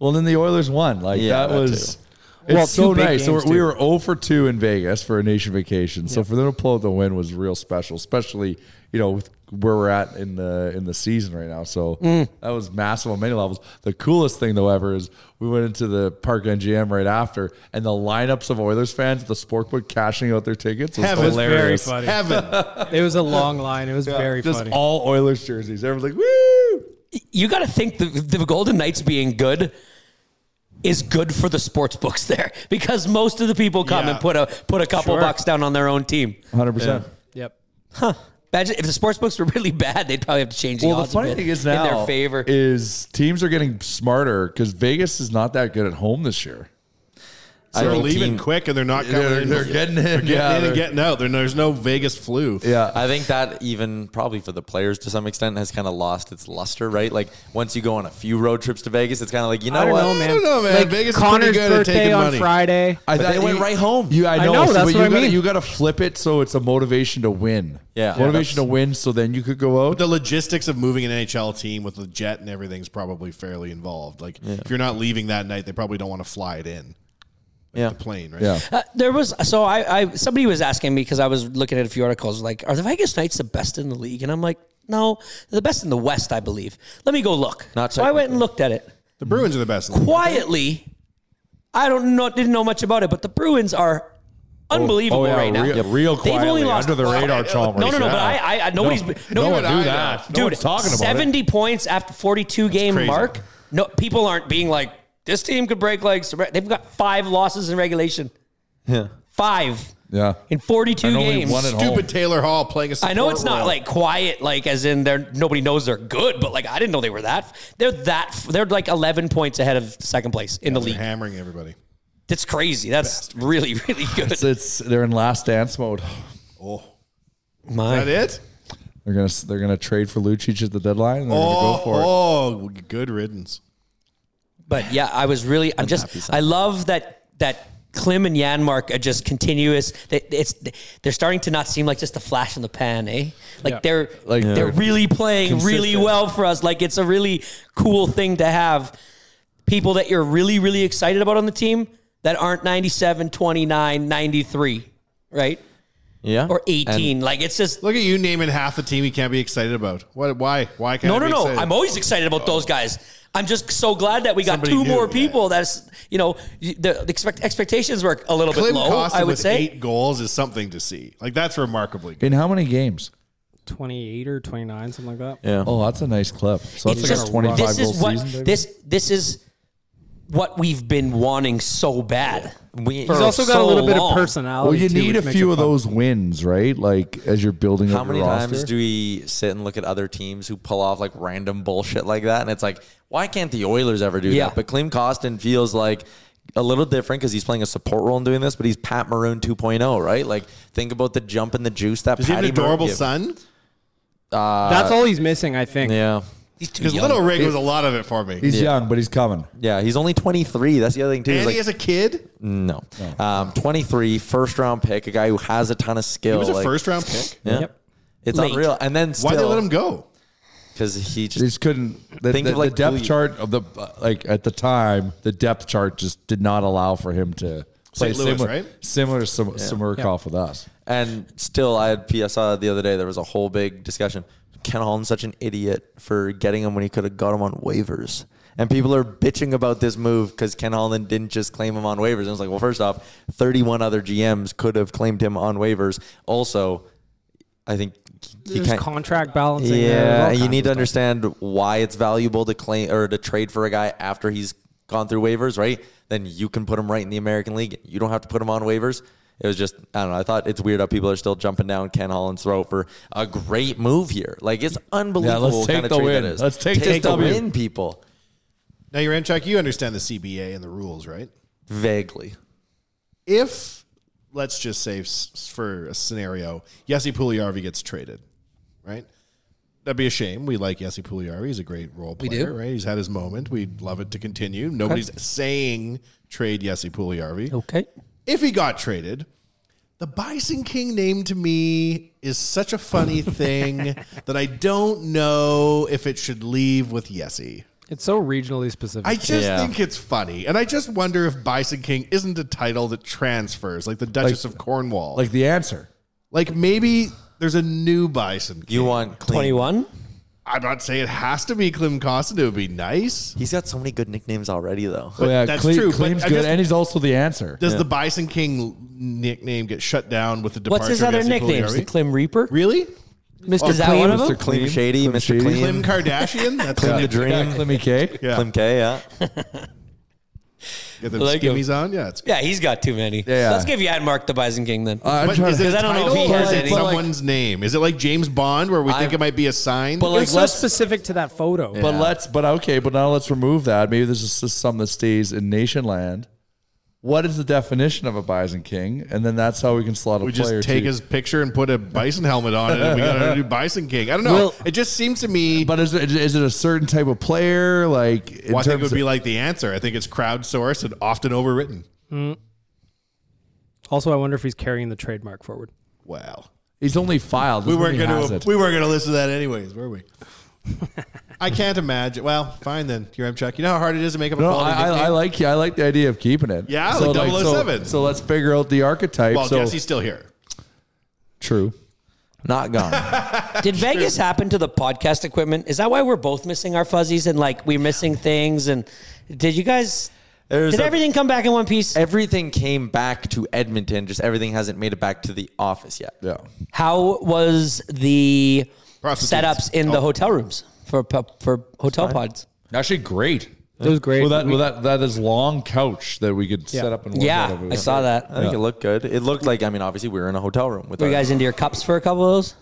Speaker 5: Well, then the Oilers won. Like
Speaker 4: Yeah,
Speaker 5: that,
Speaker 4: that
Speaker 5: was.
Speaker 4: too.
Speaker 5: It's
Speaker 6: Well,
Speaker 5: so
Speaker 6: two big
Speaker 5: nice. So
Speaker 6: games,
Speaker 5: we're- we
Speaker 6: too.
Speaker 5: were 0 for 2 in Vegas for a nation vacation. So for them to pull out the win was real special, especially you know with where we're at in the in the season right now. So
Speaker 6: Mm.
Speaker 5: that was massive on many levels. The coolest thing though ever is we went into the Park NGM right after, and the lineups of Oilers fans at the sportbook cashing out their tickets was
Speaker 7: Heaven.
Speaker 6: Very
Speaker 5: hilarious.
Speaker 6: funny.
Speaker 7: Heaven.
Speaker 6: It was a long line. It was very
Speaker 5: Just
Speaker 6: funny.
Speaker 5: all Oilers jerseys. Everyone's like, woo!
Speaker 8: you got to think the, the Golden Knights being good is good for the sports books there because most of the people come
Speaker 7: Yeah.
Speaker 8: and put a put a couple
Speaker 6: Sure.
Speaker 8: bucks down on their own team.
Speaker 5: 100%.
Speaker 6: yep.
Speaker 8: Imagine if the sports books were really bad, they'd probably have to change the
Speaker 5: Well, the
Speaker 8: odds
Speaker 5: funny
Speaker 8: a bit
Speaker 5: thing is now
Speaker 8: in their favor.
Speaker 5: is teams are getting smarter because Vegas is not that good at home this year.
Speaker 4: I
Speaker 7: They're
Speaker 4: think
Speaker 7: leaving
Speaker 4: team-
Speaker 7: quick and they're not coming.
Speaker 5: They're,
Speaker 7: in.
Speaker 5: they're getting in,
Speaker 7: They're getting
Speaker 5: yeah,
Speaker 7: in
Speaker 5: they're-
Speaker 7: and getting out. There- there's no Vegas flu.
Speaker 5: yeah.
Speaker 4: I think that even probably for the players to some extent has kind of lost its luster, right? Like once you go on a few road trips to Vegas, it's kind of like you know
Speaker 6: I don't
Speaker 4: what?
Speaker 6: know, man.
Speaker 7: I don't know, man.
Speaker 6: Like,
Speaker 7: Vegas is pretty
Speaker 6: Connor's
Speaker 7: good at
Speaker 6: birthday
Speaker 7: taking
Speaker 6: on
Speaker 7: money.
Speaker 6: Friday.
Speaker 5: I
Speaker 4: But
Speaker 5: thought
Speaker 4: they went
Speaker 5: you-
Speaker 4: right home.
Speaker 5: You, I
Speaker 6: I
Speaker 5: know.
Speaker 6: know,
Speaker 5: so-
Speaker 6: that's
Speaker 5: but
Speaker 6: what
Speaker 5: you
Speaker 6: I
Speaker 5: gotta-
Speaker 6: mean.
Speaker 5: You got to flip it so it's a motivation to win.
Speaker 4: Yeah. Yeah,
Speaker 5: motivation to win. So then you could go out.
Speaker 7: The logistics of moving an NHL team with the jet and everything's probably fairly involved. Like if you're not leaving that night, they probably don't want to fly it in.
Speaker 4: Yeah.
Speaker 7: The plane, right?
Speaker 5: yeah.
Speaker 8: Uh, there was so I, I somebody was asking me because I was looking at a few articles like are the Vegas Knights the best in the league and I'm like no they're the best in the West I believe let me go look
Speaker 4: Not
Speaker 8: so I went
Speaker 4: technically.
Speaker 8: and looked at it
Speaker 7: The Bruins are the best. in the league.
Speaker 8: quietly I don't know didn't know much about it but the Bruins are unbelievable
Speaker 5: Oh, yeah,
Speaker 8: right now
Speaker 5: real, real
Speaker 8: They've only
Speaker 5: quietly
Speaker 8: lost-
Speaker 5: under the radar,
Speaker 7: No,
Speaker 5: Chalmers.
Speaker 8: no no no
Speaker 5: yeah.
Speaker 8: but I, I, I nobody's
Speaker 5: no,
Speaker 8: no,
Speaker 5: no one
Speaker 7: I
Speaker 5: knew
Speaker 7: know.
Speaker 5: that.
Speaker 8: dude
Speaker 5: no one's talking about it.
Speaker 8: 70 points after 42 game
Speaker 7: crazy.
Speaker 8: mark no people aren't being like this team could break legs they've got five losses in regulation
Speaker 4: Yeah.
Speaker 8: five
Speaker 5: Yeah.
Speaker 8: in 42
Speaker 5: And only
Speaker 8: games.
Speaker 5: one at home.
Speaker 7: Stupid Taylor Hall playing a
Speaker 8: I know it's
Speaker 7: support
Speaker 8: not
Speaker 7: role.
Speaker 8: like quiet, like as in they're nobody knows they're good, but like I didn't know they were that. They're that. They're like eleven points ahead of second place in the
Speaker 7: They're
Speaker 8: league.
Speaker 7: hammering everybody.
Speaker 8: That's crazy. That's really, really good.
Speaker 5: It's, it's they're in last dance mode.
Speaker 7: Oh,
Speaker 8: My
Speaker 7: that it?
Speaker 5: They're gonna s- they're gonna trade for Lucic at the deadline. And they're gonna
Speaker 7: Oh,
Speaker 5: go for it.
Speaker 7: oh, good riddance.
Speaker 8: But yeah, I was really. I'm just. I love that that Klim and Yanmark are just continuous. They, it's they're starting to not seem like just a flash in the pan, eh? Like
Speaker 6: Yeah.
Speaker 8: they're
Speaker 5: Like
Speaker 8: like
Speaker 5: Yeah.
Speaker 8: they're really playing really
Speaker 5: Consistent.
Speaker 8: well for us. Like it's a really cool thing to have people that you're really really excited about on the team that aren't 97, 29, 93, right?
Speaker 4: Yeah.
Speaker 8: Or 18.
Speaker 4: And
Speaker 8: like it's just
Speaker 7: Look at you naming half the team you can't be excited about. What? Why? Why can't?
Speaker 8: No,
Speaker 7: I
Speaker 8: no,
Speaker 7: be
Speaker 8: no.
Speaker 7: excited?
Speaker 8: I'm always excited about those guys. I'm just so glad that we
Speaker 7: Oh.
Speaker 8: got
Speaker 7: Somebody
Speaker 8: two
Speaker 7: new,
Speaker 8: more
Speaker 7: yeah.
Speaker 8: people. That's you know the, the expect, expectations were a little
Speaker 7: Clinton
Speaker 8: bit low.
Speaker 7: Costa
Speaker 8: I would
Speaker 7: with
Speaker 8: say
Speaker 7: eight goals is something to see. Like that's remarkably good.
Speaker 5: In how many games?
Speaker 6: 28 or 29, something like that.
Speaker 4: yeah.
Speaker 5: Oh, that's a nice clip. So that's
Speaker 8: it's
Speaker 5: like
Speaker 8: just
Speaker 5: a 25
Speaker 8: this
Speaker 5: goal
Speaker 8: is what
Speaker 5: season.
Speaker 8: this this is what we've been wanting so bad.
Speaker 4: We-
Speaker 8: For
Speaker 4: He's
Speaker 6: He's also got
Speaker 8: so
Speaker 6: a little bit
Speaker 8: long.
Speaker 6: of personality.
Speaker 5: Well, you
Speaker 6: too,
Speaker 5: need a
Speaker 6: which makes it
Speaker 5: few of
Speaker 6: fun.
Speaker 5: those wins, right? Like as you're building
Speaker 4: How
Speaker 5: up
Speaker 4: many
Speaker 5: your
Speaker 4: times
Speaker 5: roster.
Speaker 4: do we sit and look at other teams who pull off like random bullshit like that? And it's like, why can't the Oilers ever do
Speaker 8: Yeah.
Speaker 4: that? But Klim Costin feels like a little different because he's playing a support role in doing this, but he's Pat Maroon 2.0, right? Like, think about the jump and the juice that
Speaker 7: Is he an
Speaker 4: Patty Maroon
Speaker 7: adorable
Speaker 4: gives.
Speaker 7: son?
Speaker 6: That's all he's missing, I think.
Speaker 4: Yeah.
Speaker 8: He's too
Speaker 7: Because
Speaker 8: young.
Speaker 7: Little Rig was a lot of it for me.
Speaker 5: He's young, but he's coming.
Speaker 4: Yeah. He's only 23. That's the other thing, too. is,
Speaker 7: And
Speaker 4: like-
Speaker 7: he has a kid.
Speaker 4: No. Um, 23, first round pick, a guy who has a ton of skill.
Speaker 7: He was a
Speaker 4: like-
Speaker 7: first round pick.
Speaker 4: Yeah.
Speaker 6: Yep.
Speaker 4: It's
Speaker 8: Late.
Speaker 4: unreal. And then still,
Speaker 7: Why they let him go?
Speaker 4: Because he just.
Speaker 5: They just couldn't. The,
Speaker 4: Think
Speaker 5: the-
Speaker 4: of, like,
Speaker 5: the depth
Speaker 4: Cooley.
Speaker 5: chart of the like at the time, the depth chart just did not allow for him to play
Speaker 7: St. Louis,
Speaker 5: similar,
Speaker 7: right?
Speaker 5: similar to Sim- Samarkov with us.
Speaker 4: And still, I had PSI the other day. There was a whole big discussion. Ken Holland's such an idiot for getting him when he could have got him on waivers. And people are bitching about this move because Ken Holland didn't just claim him on waivers. And it's like, well, first off, 31 other GMs could have claimed him on waivers. Also, I think he- he
Speaker 6: There's
Speaker 4: can't.
Speaker 6: contract balancing. there, there's all
Speaker 4: Yeah, and you
Speaker 6: kinds
Speaker 4: need to
Speaker 6: of stuff.
Speaker 4: understand why it's valuable to claim or to trade for a guy after he's gone through waivers, right? Then you can put them right in the American League. You don't have to put them on waivers. It was just, I don't know. I thought it's weird how people are still jumping down Ken Holland's throat for a great move here. Like, it's unbelievable
Speaker 5: let's
Speaker 4: what
Speaker 5: take
Speaker 4: kind of
Speaker 5: the
Speaker 4: trade
Speaker 5: win.
Speaker 4: that is.
Speaker 5: Let's take this
Speaker 4: take the
Speaker 5: W.
Speaker 4: win, people.
Speaker 7: Now, you're Ramchak, you understand the CBA and the rules, right?
Speaker 4: Vaguely.
Speaker 7: If, let's just say s- s- for a scenario, Yessi Puliarvi gets traded, right? That'd be a shame. We like Yessi Puliarvi. He's a great role
Speaker 8: We
Speaker 7: player,
Speaker 8: do.
Speaker 7: right? He's had his moment. We'd love it to continue. Nobody's saying trade Yessi Puliarvi.
Speaker 8: Okay.
Speaker 7: if he got traded, the Bison King name to me is such a funny thing that I don't know if it should leave with Yesy.
Speaker 6: It's so regionally specific.
Speaker 7: I just
Speaker 4: Yeah.
Speaker 7: think it's funny. And I just wonder if Bison King isn't a title that transfers, like the Duchess of Cornwall. Like,
Speaker 5: Like the answer.
Speaker 7: like maybe there's a new Bison King.
Speaker 4: You want clean.
Speaker 8: 21?
Speaker 7: I'm not saying it has to be Clem Costin. It would be nice.
Speaker 4: He's got so many good nicknames already, though.
Speaker 5: Oh, yeah,
Speaker 7: that's
Speaker 5: Cle-
Speaker 7: true, but
Speaker 5: Cleem's
Speaker 7: I
Speaker 5: good,
Speaker 7: just-
Speaker 5: and he's also the answer.
Speaker 7: Does the Bison King nickname get shut down with the departure
Speaker 8: What's his other
Speaker 7: of Yesy
Speaker 8: nickname? Is
Speaker 7: Pugliari?
Speaker 8: The Clem Reaper?
Speaker 7: Really?
Speaker 8: Mr. Is that one of them?
Speaker 4: Mr. Clean Shady, Mr.
Speaker 7: Clem
Speaker 4: Clean.
Speaker 7: Kardashian? That's
Speaker 4: Clean
Speaker 7: not-
Speaker 4: the dream.
Speaker 5: Yeah, Clemmy K. Uh,
Speaker 7: Yeah.
Speaker 4: Clem K, yeah.
Speaker 7: Get the
Speaker 8: Like him.
Speaker 7: skimmies on? Yeah, it's
Speaker 8: Yeah, he's got too many.
Speaker 5: Yeah.
Speaker 8: Let's give Yadmark the Bison King then.
Speaker 5: I'm
Speaker 7: But
Speaker 5: trying
Speaker 7: is
Speaker 5: to-
Speaker 7: it
Speaker 8: 'Cause I don't know if
Speaker 7: titled
Speaker 8: he
Speaker 7: or
Speaker 8: has
Speaker 7: is it
Speaker 8: any.
Speaker 7: someone's name? Is it like James Bond where we think it might be a sign?
Speaker 5: But like,
Speaker 6: it's so
Speaker 5: let's,
Speaker 6: specific to that photo.
Speaker 5: but let's, but okay, but now let's remove that. Maybe this is just something that stays in nation land. What is the definition of a Bison King? And then that's how we can slot a
Speaker 7: we
Speaker 5: player.
Speaker 7: just take
Speaker 5: too.
Speaker 7: his picture and put a bison helmet on it and we got a new bison king. I don't know.
Speaker 5: Well-
Speaker 7: it just seems to me
Speaker 5: But is it, is it a certain type of player? Like, in
Speaker 7: well, I think it
Speaker 5: terms
Speaker 7: would
Speaker 5: of-
Speaker 7: be like the answer. I think it's crowdsourced and often overwritten.
Speaker 6: Also, I wonder if he's carrying the trademark forward.
Speaker 7: Wow.
Speaker 5: he's only filed.
Speaker 7: We weren't
Speaker 5: going
Speaker 7: gonna
Speaker 5: to.
Speaker 7: we weren't gonna listen to that anyways, were we? I can't imagine. Well, fine then, TRM Chuck. You know how hard it is to make up a
Speaker 5: No,
Speaker 7: quality
Speaker 5: I, I, I
Speaker 7: nickname?
Speaker 5: like I like the idea of keeping it.
Speaker 7: Yeah, like 007.
Speaker 5: so, so let's figure out the archetype.
Speaker 7: Well,
Speaker 5: so
Speaker 7: yes, he's still here.
Speaker 5: true.
Speaker 4: Not gone.
Speaker 8: Did Vegas happen to the podcast equipment? Is that why we're both missing our fuzzies and like we're missing things? And did you guys?
Speaker 4: There's
Speaker 8: did
Speaker 4: a-
Speaker 8: everything come back in one piece?
Speaker 4: everything came back to Edmonton, just everything hasn't made it back to the office yet.
Speaker 5: Yeah,
Speaker 8: How was the
Speaker 7: Prostitutes.
Speaker 8: setups in the
Speaker 7: Oh.
Speaker 8: hotel rooms for pu- for hotel pods?
Speaker 5: actually, great.
Speaker 6: It was great.
Speaker 5: Well, that well, that that is long couch that we could set up and work out
Speaker 8: Yeah,
Speaker 5: of. It
Speaker 8: I
Speaker 5: was
Speaker 8: saw
Speaker 5: great.
Speaker 8: that.
Speaker 4: I think it looked good. It looked like I mean, obviously we were in a hotel room with
Speaker 8: Were
Speaker 4: our-
Speaker 8: you guys into your cups for a couple of those?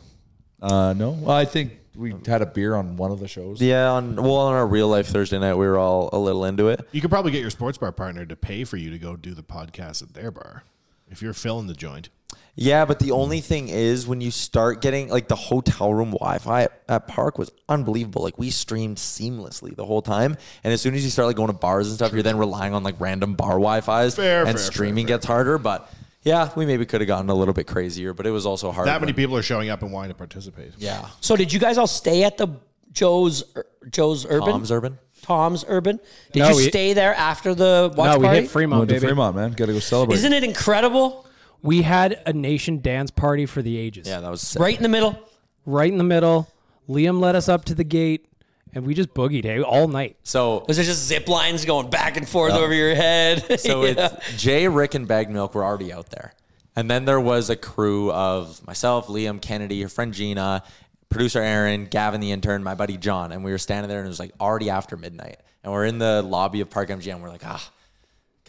Speaker 5: Uh, no, well, I think we had a beer on one of the shows.
Speaker 4: Yeah, on well on our real life Thursday night we were all a little into it.
Speaker 7: You could probably get your sports bar partner to pay for you to go do the podcast at their bar if you're filling the joint.
Speaker 4: Yeah, but the only thing is when you start getting like the hotel room Wi-Fi at Park was unbelievable. Like we streamed seamlessly the whole time, and as soon as you start like going to bars and stuff, you're then relying on like random bar Wi-Fi's,
Speaker 7: Fair,
Speaker 4: and
Speaker 7: fair,
Speaker 4: streaming
Speaker 7: fair,
Speaker 4: gets harder. But yeah, we maybe could have gotten a little bit crazier, but it was also hard.
Speaker 7: That many
Speaker 4: when-
Speaker 7: people are showing up and wanting to participate.
Speaker 4: yeah,
Speaker 8: So did you guys all stay at the Joe's Joe's Urban?
Speaker 4: Tom's Urban.
Speaker 8: Tom's Urban. Did
Speaker 6: No,
Speaker 8: you
Speaker 6: we-
Speaker 8: stay there after the watch
Speaker 6: no, we
Speaker 8: party?
Speaker 6: hit Fremont,
Speaker 5: went to
Speaker 6: baby.
Speaker 5: Fremont, man. Got to go celebrate.
Speaker 8: Isn't it incredible?
Speaker 6: We had a nation dance party for the ages.
Speaker 4: Yeah, that was sick.
Speaker 8: Right in the middle.
Speaker 6: Right in the middle. Liam led us up to the gate, and we just boogied hey, all night.
Speaker 4: So
Speaker 8: Was there just zip lines going back and forth over your head?
Speaker 4: So
Speaker 8: Yeah.
Speaker 4: it's Jay, Rick, and Bag Milk were already out there. And then there was a crew of myself, Liam, Kennedy, her friend Gina, producer Aaron, Gavin the intern, my buddy John. And we were standing there and it was like already after midnight. And we're in the lobby of Park MGM. We're like, ah,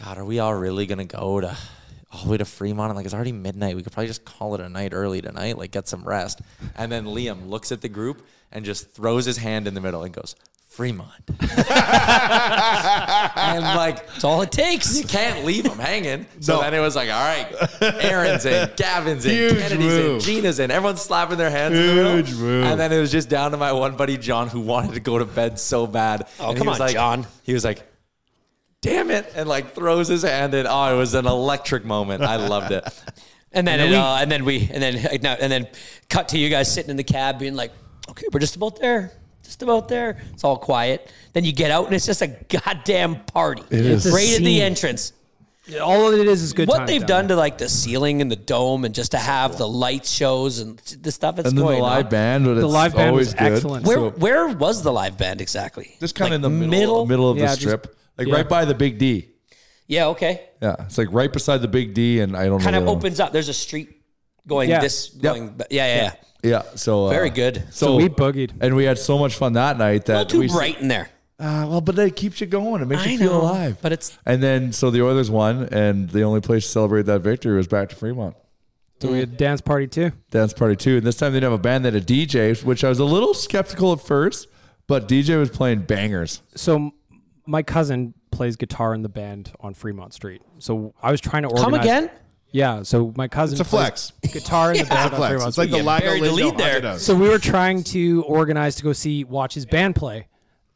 Speaker 4: God, are we all really gonna go to all the way to Fremont? I'm like, it's already midnight. We could probably just call it a night early tonight, like get some rest. And then Liam looks at the group and just throws his hand in the middle and goes, Fremont. and like
Speaker 8: That's all it takes.
Speaker 4: you can't leave them hanging. So
Speaker 7: No.
Speaker 4: then it was like, all right, Aaron's in, Gavin's in,
Speaker 7: Huge
Speaker 4: Kennedy's in,
Speaker 7: move.
Speaker 4: Gina's in. Everyone's slapping their hands.
Speaker 7: Huge
Speaker 4: in the middle.
Speaker 7: move.
Speaker 4: And then it was just down to my one buddy John who wanted to go to bed so bad.
Speaker 8: Oh,
Speaker 4: and
Speaker 8: come
Speaker 4: he was
Speaker 8: on,
Speaker 4: like,
Speaker 8: John.
Speaker 4: He was like, damn it, and like throws his hand in. Oh, it was an electric moment. I loved it.
Speaker 8: And then,
Speaker 4: And then
Speaker 8: it,
Speaker 4: we-
Speaker 8: uh, and then we and then like, no, and then cut to you guys sitting in the cab being like, okay, we're just about there. Just about there. It's all quiet. Then you get out and it's just a goddamn party. It
Speaker 6: is.
Speaker 8: right at the
Speaker 6: Scene.
Speaker 8: entrance.
Speaker 6: All it is is good
Speaker 8: what
Speaker 6: times
Speaker 8: they've
Speaker 6: down
Speaker 8: done
Speaker 6: there.
Speaker 8: to like the ceiling and the dome and just to have the light shows and the stuff that's
Speaker 5: and then the
Speaker 8: going
Speaker 5: live
Speaker 8: on.
Speaker 5: band, but it's
Speaker 6: the live band
Speaker 5: always
Speaker 6: was
Speaker 5: good.
Speaker 6: excellent.
Speaker 8: Where
Speaker 6: So-
Speaker 8: where was the live band exactly?
Speaker 5: Just kind of
Speaker 8: Like,
Speaker 5: in the middle, middle of
Speaker 6: Yeah,
Speaker 5: the
Speaker 6: just-
Speaker 5: strip, like
Speaker 6: yeah.
Speaker 5: right by the Big D.
Speaker 8: Yeah, okay.
Speaker 5: Yeah, it's like right beside the Big D, and I don't
Speaker 8: Kind
Speaker 5: know.
Speaker 8: of
Speaker 5: the other one.
Speaker 8: opens up. There's a street going
Speaker 6: Yeah.
Speaker 8: this
Speaker 5: Yep.
Speaker 8: going yeah, yeah, yeah.
Speaker 5: Yeah, so uh,
Speaker 8: Very good.
Speaker 6: So we boogied.
Speaker 5: and we had so much fun that night
Speaker 8: A
Speaker 5: that
Speaker 8: little
Speaker 5: we
Speaker 8: too bright in there.
Speaker 5: Uh, well, but it keeps you going. It makes
Speaker 8: I
Speaker 5: you feel
Speaker 8: know,
Speaker 5: alive.
Speaker 8: but it's-
Speaker 5: and then so the Oilers won, and the only place to celebrate that victory was back to Fremont Mm-hmm.
Speaker 6: So we had a dance party too.
Speaker 5: dance party too. And this time they didn't have a band; they had a DJ, which I was a little skeptical at first, but DJ was playing bangers.
Speaker 6: So m- my cousin plays guitar in the band on Fremont Street. So I was trying to organize.
Speaker 8: Come again?
Speaker 6: Yeah. So my cousin.
Speaker 7: It's a
Speaker 6: plays
Speaker 7: flex.
Speaker 6: Guitar in the band on
Speaker 7: Flex.
Speaker 6: Fremont
Speaker 7: It's like
Speaker 6: Street.
Speaker 7: the Lago
Speaker 8: buried the
Speaker 7: Lindo
Speaker 8: lead there.
Speaker 7: haunted house.
Speaker 6: So we were trying to organize to go see watch his band play.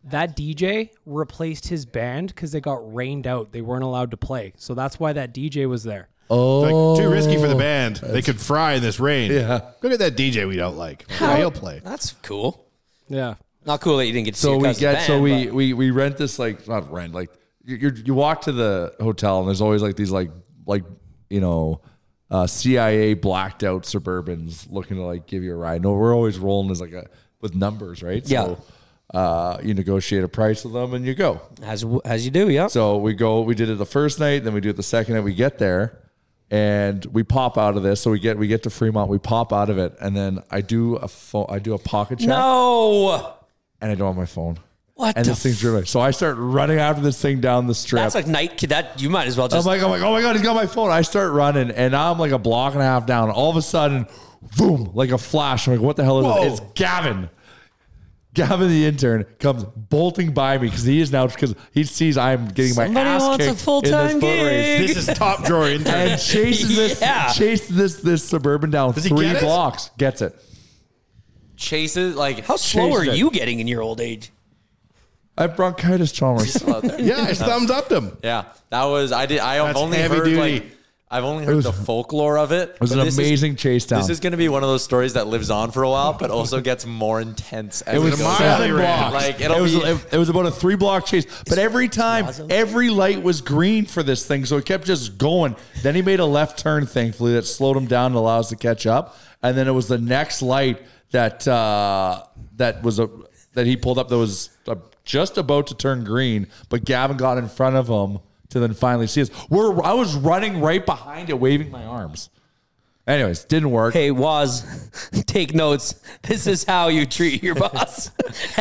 Speaker 6: That DJ replaced his band because they got rained out. They weren't allowed to play. So that's why that DJ was there.
Speaker 5: Oh,
Speaker 7: Like, too risky for the band. They could fry in this rain.
Speaker 5: Yeah.
Speaker 7: Go get that DJ we don't like. Yeah, he'll play.
Speaker 8: That's cool.
Speaker 6: Yeah.
Speaker 8: Not cool that you didn't get to see
Speaker 5: So
Speaker 8: your
Speaker 5: we
Speaker 8: cousin's
Speaker 5: get
Speaker 8: band,
Speaker 5: so we,
Speaker 8: but-
Speaker 5: we we rent this like not rent like you you're, you walk to the hotel and there's always like these like like you know uh, CIA blacked out Suburbans looking to like give you a ride. No, we're always rolling as like a with numbers, right?
Speaker 8: Yeah.
Speaker 5: So uh, you negotiate a price with them and you go.
Speaker 8: as as you do, yeah.
Speaker 5: So we go, we did it the first night, then we do it the second night. We get there and we pop out of this. So we get we get to Fremont, we pop out of it, and then I do a phone, I do a pocket check,
Speaker 8: no,
Speaker 5: and I don't have my phone.
Speaker 8: what
Speaker 5: And
Speaker 8: the
Speaker 5: this thing's driven. So I start running after this thing down the strip.
Speaker 8: That's like night. That you might as well
Speaker 5: I'm
Speaker 8: just.
Speaker 5: like, I'm like, oh my god, he's got my phone. I start running, and I'm like a block and a half down. All of a sudden, boom, like a flash. I'm like, what the hell is
Speaker 7: Whoa.
Speaker 5: it? It's Gavin. Gavin, the intern, comes bolting by me because he is now because he sees I'm getting my
Speaker 8: Somebody
Speaker 5: ass
Speaker 8: wants a
Speaker 5: kicked in
Speaker 8: full-time
Speaker 5: this foot race.
Speaker 8: gig.
Speaker 7: This is top drawer intern.
Speaker 5: and chases this
Speaker 8: Yeah.
Speaker 5: chases this this suburban down
Speaker 7: Does he
Speaker 5: three
Speaker 7: get it?
Speaker 5: blocks. Gets it.
Speaker 4: Chases like
Speaker 8: how slow are
Speaker 5: changed it.
Speaker 8: you getting in your old age?
Speaker 5: I have bronchitis traumas.
Speaker 4: out there.
Speaker 7: yeah, I thumbs up them.
Speaker 4: Yeah, that was I did. I have
Speaker 7: That's
Speaker 4: only
Speaker 7: heavy
Speaker 4: heard
Speaker 7: duty.
Speaker 4: like I've only heard
Speaker 5: was-
Speaker 4: the folklore of it.
Speaker 5: was an amazing chase down.
Speaker 4: This is going to be one of those stories that lives on for a while, but also gets more intense. As
Speaker 5: It
Speaker 4: it
Speaker 5: was
Speaker 4: goes on.
Speaker 5: seven
Speaker 7: Miley ran.
Speaker 5: blocks.
Speaker 4: Like it'll
Speaker 5: it was
Speaker 4: be.
Speaker 5: it, it was about a three block chase. But every time, every light was green for this thing, so it kept just going. Then he made a left turn, thankfully, that slowed him down and allowed us to catch up. And then it was the next light that uh, that was a that he pulled up that was uh, just about to turn green, but Gavin got in front of him to then finally see us. We're I was running right behind it, waving my arms. Anyways, didn't work.
Speaker 8: Hey, Waz, take notes. This is how you treat your boss.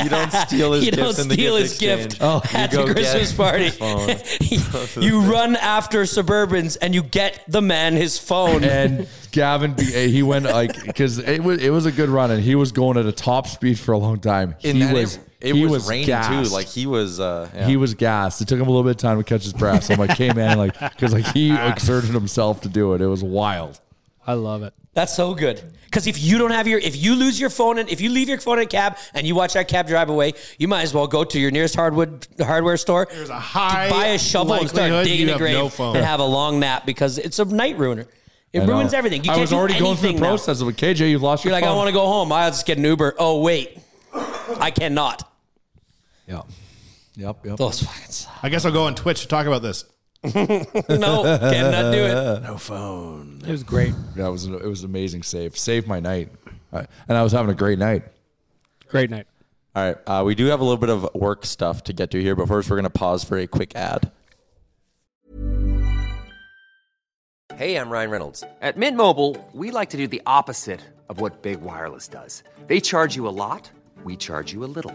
Speaker 4: You don't steal his
Speaker 8: you don't
Speaker 4: gifts in the
Speaker 8: steal
Speaker 4: gift
Speaker 8: his
Speaker 4: exchange.
Speaker 8: gift
Speaker 4: Oh,
Speaker 8: at
Speaker 4: you
Speaker 8: the
Speaker 4: go get
Speaker 8: Christmas
Speaker 4: his
Speaker 8: party. you run after Suburbans and you get the man his phone.
Speaker 5: and Gavin, be- he went like because it was it was a good run, and he was going at a top speed for a long time. He
Speaker 4: and then
Speaker 5: was
Speaker 4: it, it
Speaker 5: he
Speaker 4: was, raining
Speaker 5: gassed.
Speaker 4: too. Like he was. Uh, yeah.
Speaker 5: He was gassed. It took him a little bit of time to catch his breath. So I'm like, "Hey, man!" Like, because like he exerted himself to do it. It was wild.
Speaker 6: I love it.
Speaker 8: That's so good. Because if you don't have your, if you lose your phone, and if you leave your phone in a cab and you watch that cab drive away, you might as well go to your nearest hardwood hardware store. There's
Speaker 7: a high
Speaker 8: buy a shovel and start
Speaker 7: likelihood
Speaker 8: digging
Speaker 7: you
Speaker 8: a
Speaker 7: have
Speaker 8: grave
Speaker 7: no phone.
Speaker 8: and have a long nap because it's a night ruiner. It
Speaker 5: I know.
Speaker 8: ruins everything. You
Speaker 5: I
Speaker 8: can't
Speaker 5: was
Speaker 8: do
Speaker 5: already going through the
Speaker 8: anything now.
Speaker 5: process of like, KJ, you've lost
Speaker 8: You're
Speaker 5: your.
Speaker 8: like, I want to go home. I'll just get an Uber. Oh wait, I cannot.
Speaker 5: Yeah. Yep. Yep.
Speaker 8: Those fucking suck.
Speaker 7: I guess I'll go on Twitch to talk about this.
Speaker 8: No, cannot do it.
Speaker 7: No phone.
Speaker 6: It was great.
Speaker 5: That was it was amazing. Save saved my night, I- and I was having a great night.
Speaker 6: Great night.
Speaker 4: All right, uh, we do have a little bit of work stuff to get to here, but first we're going to pause for a quick ad.
Speaker 9: Hey, I'm Ryan Reynolds. At Mint Mobile, we like to do the opposite of what Big Wireless does. They charge you a lot, we charge you a little.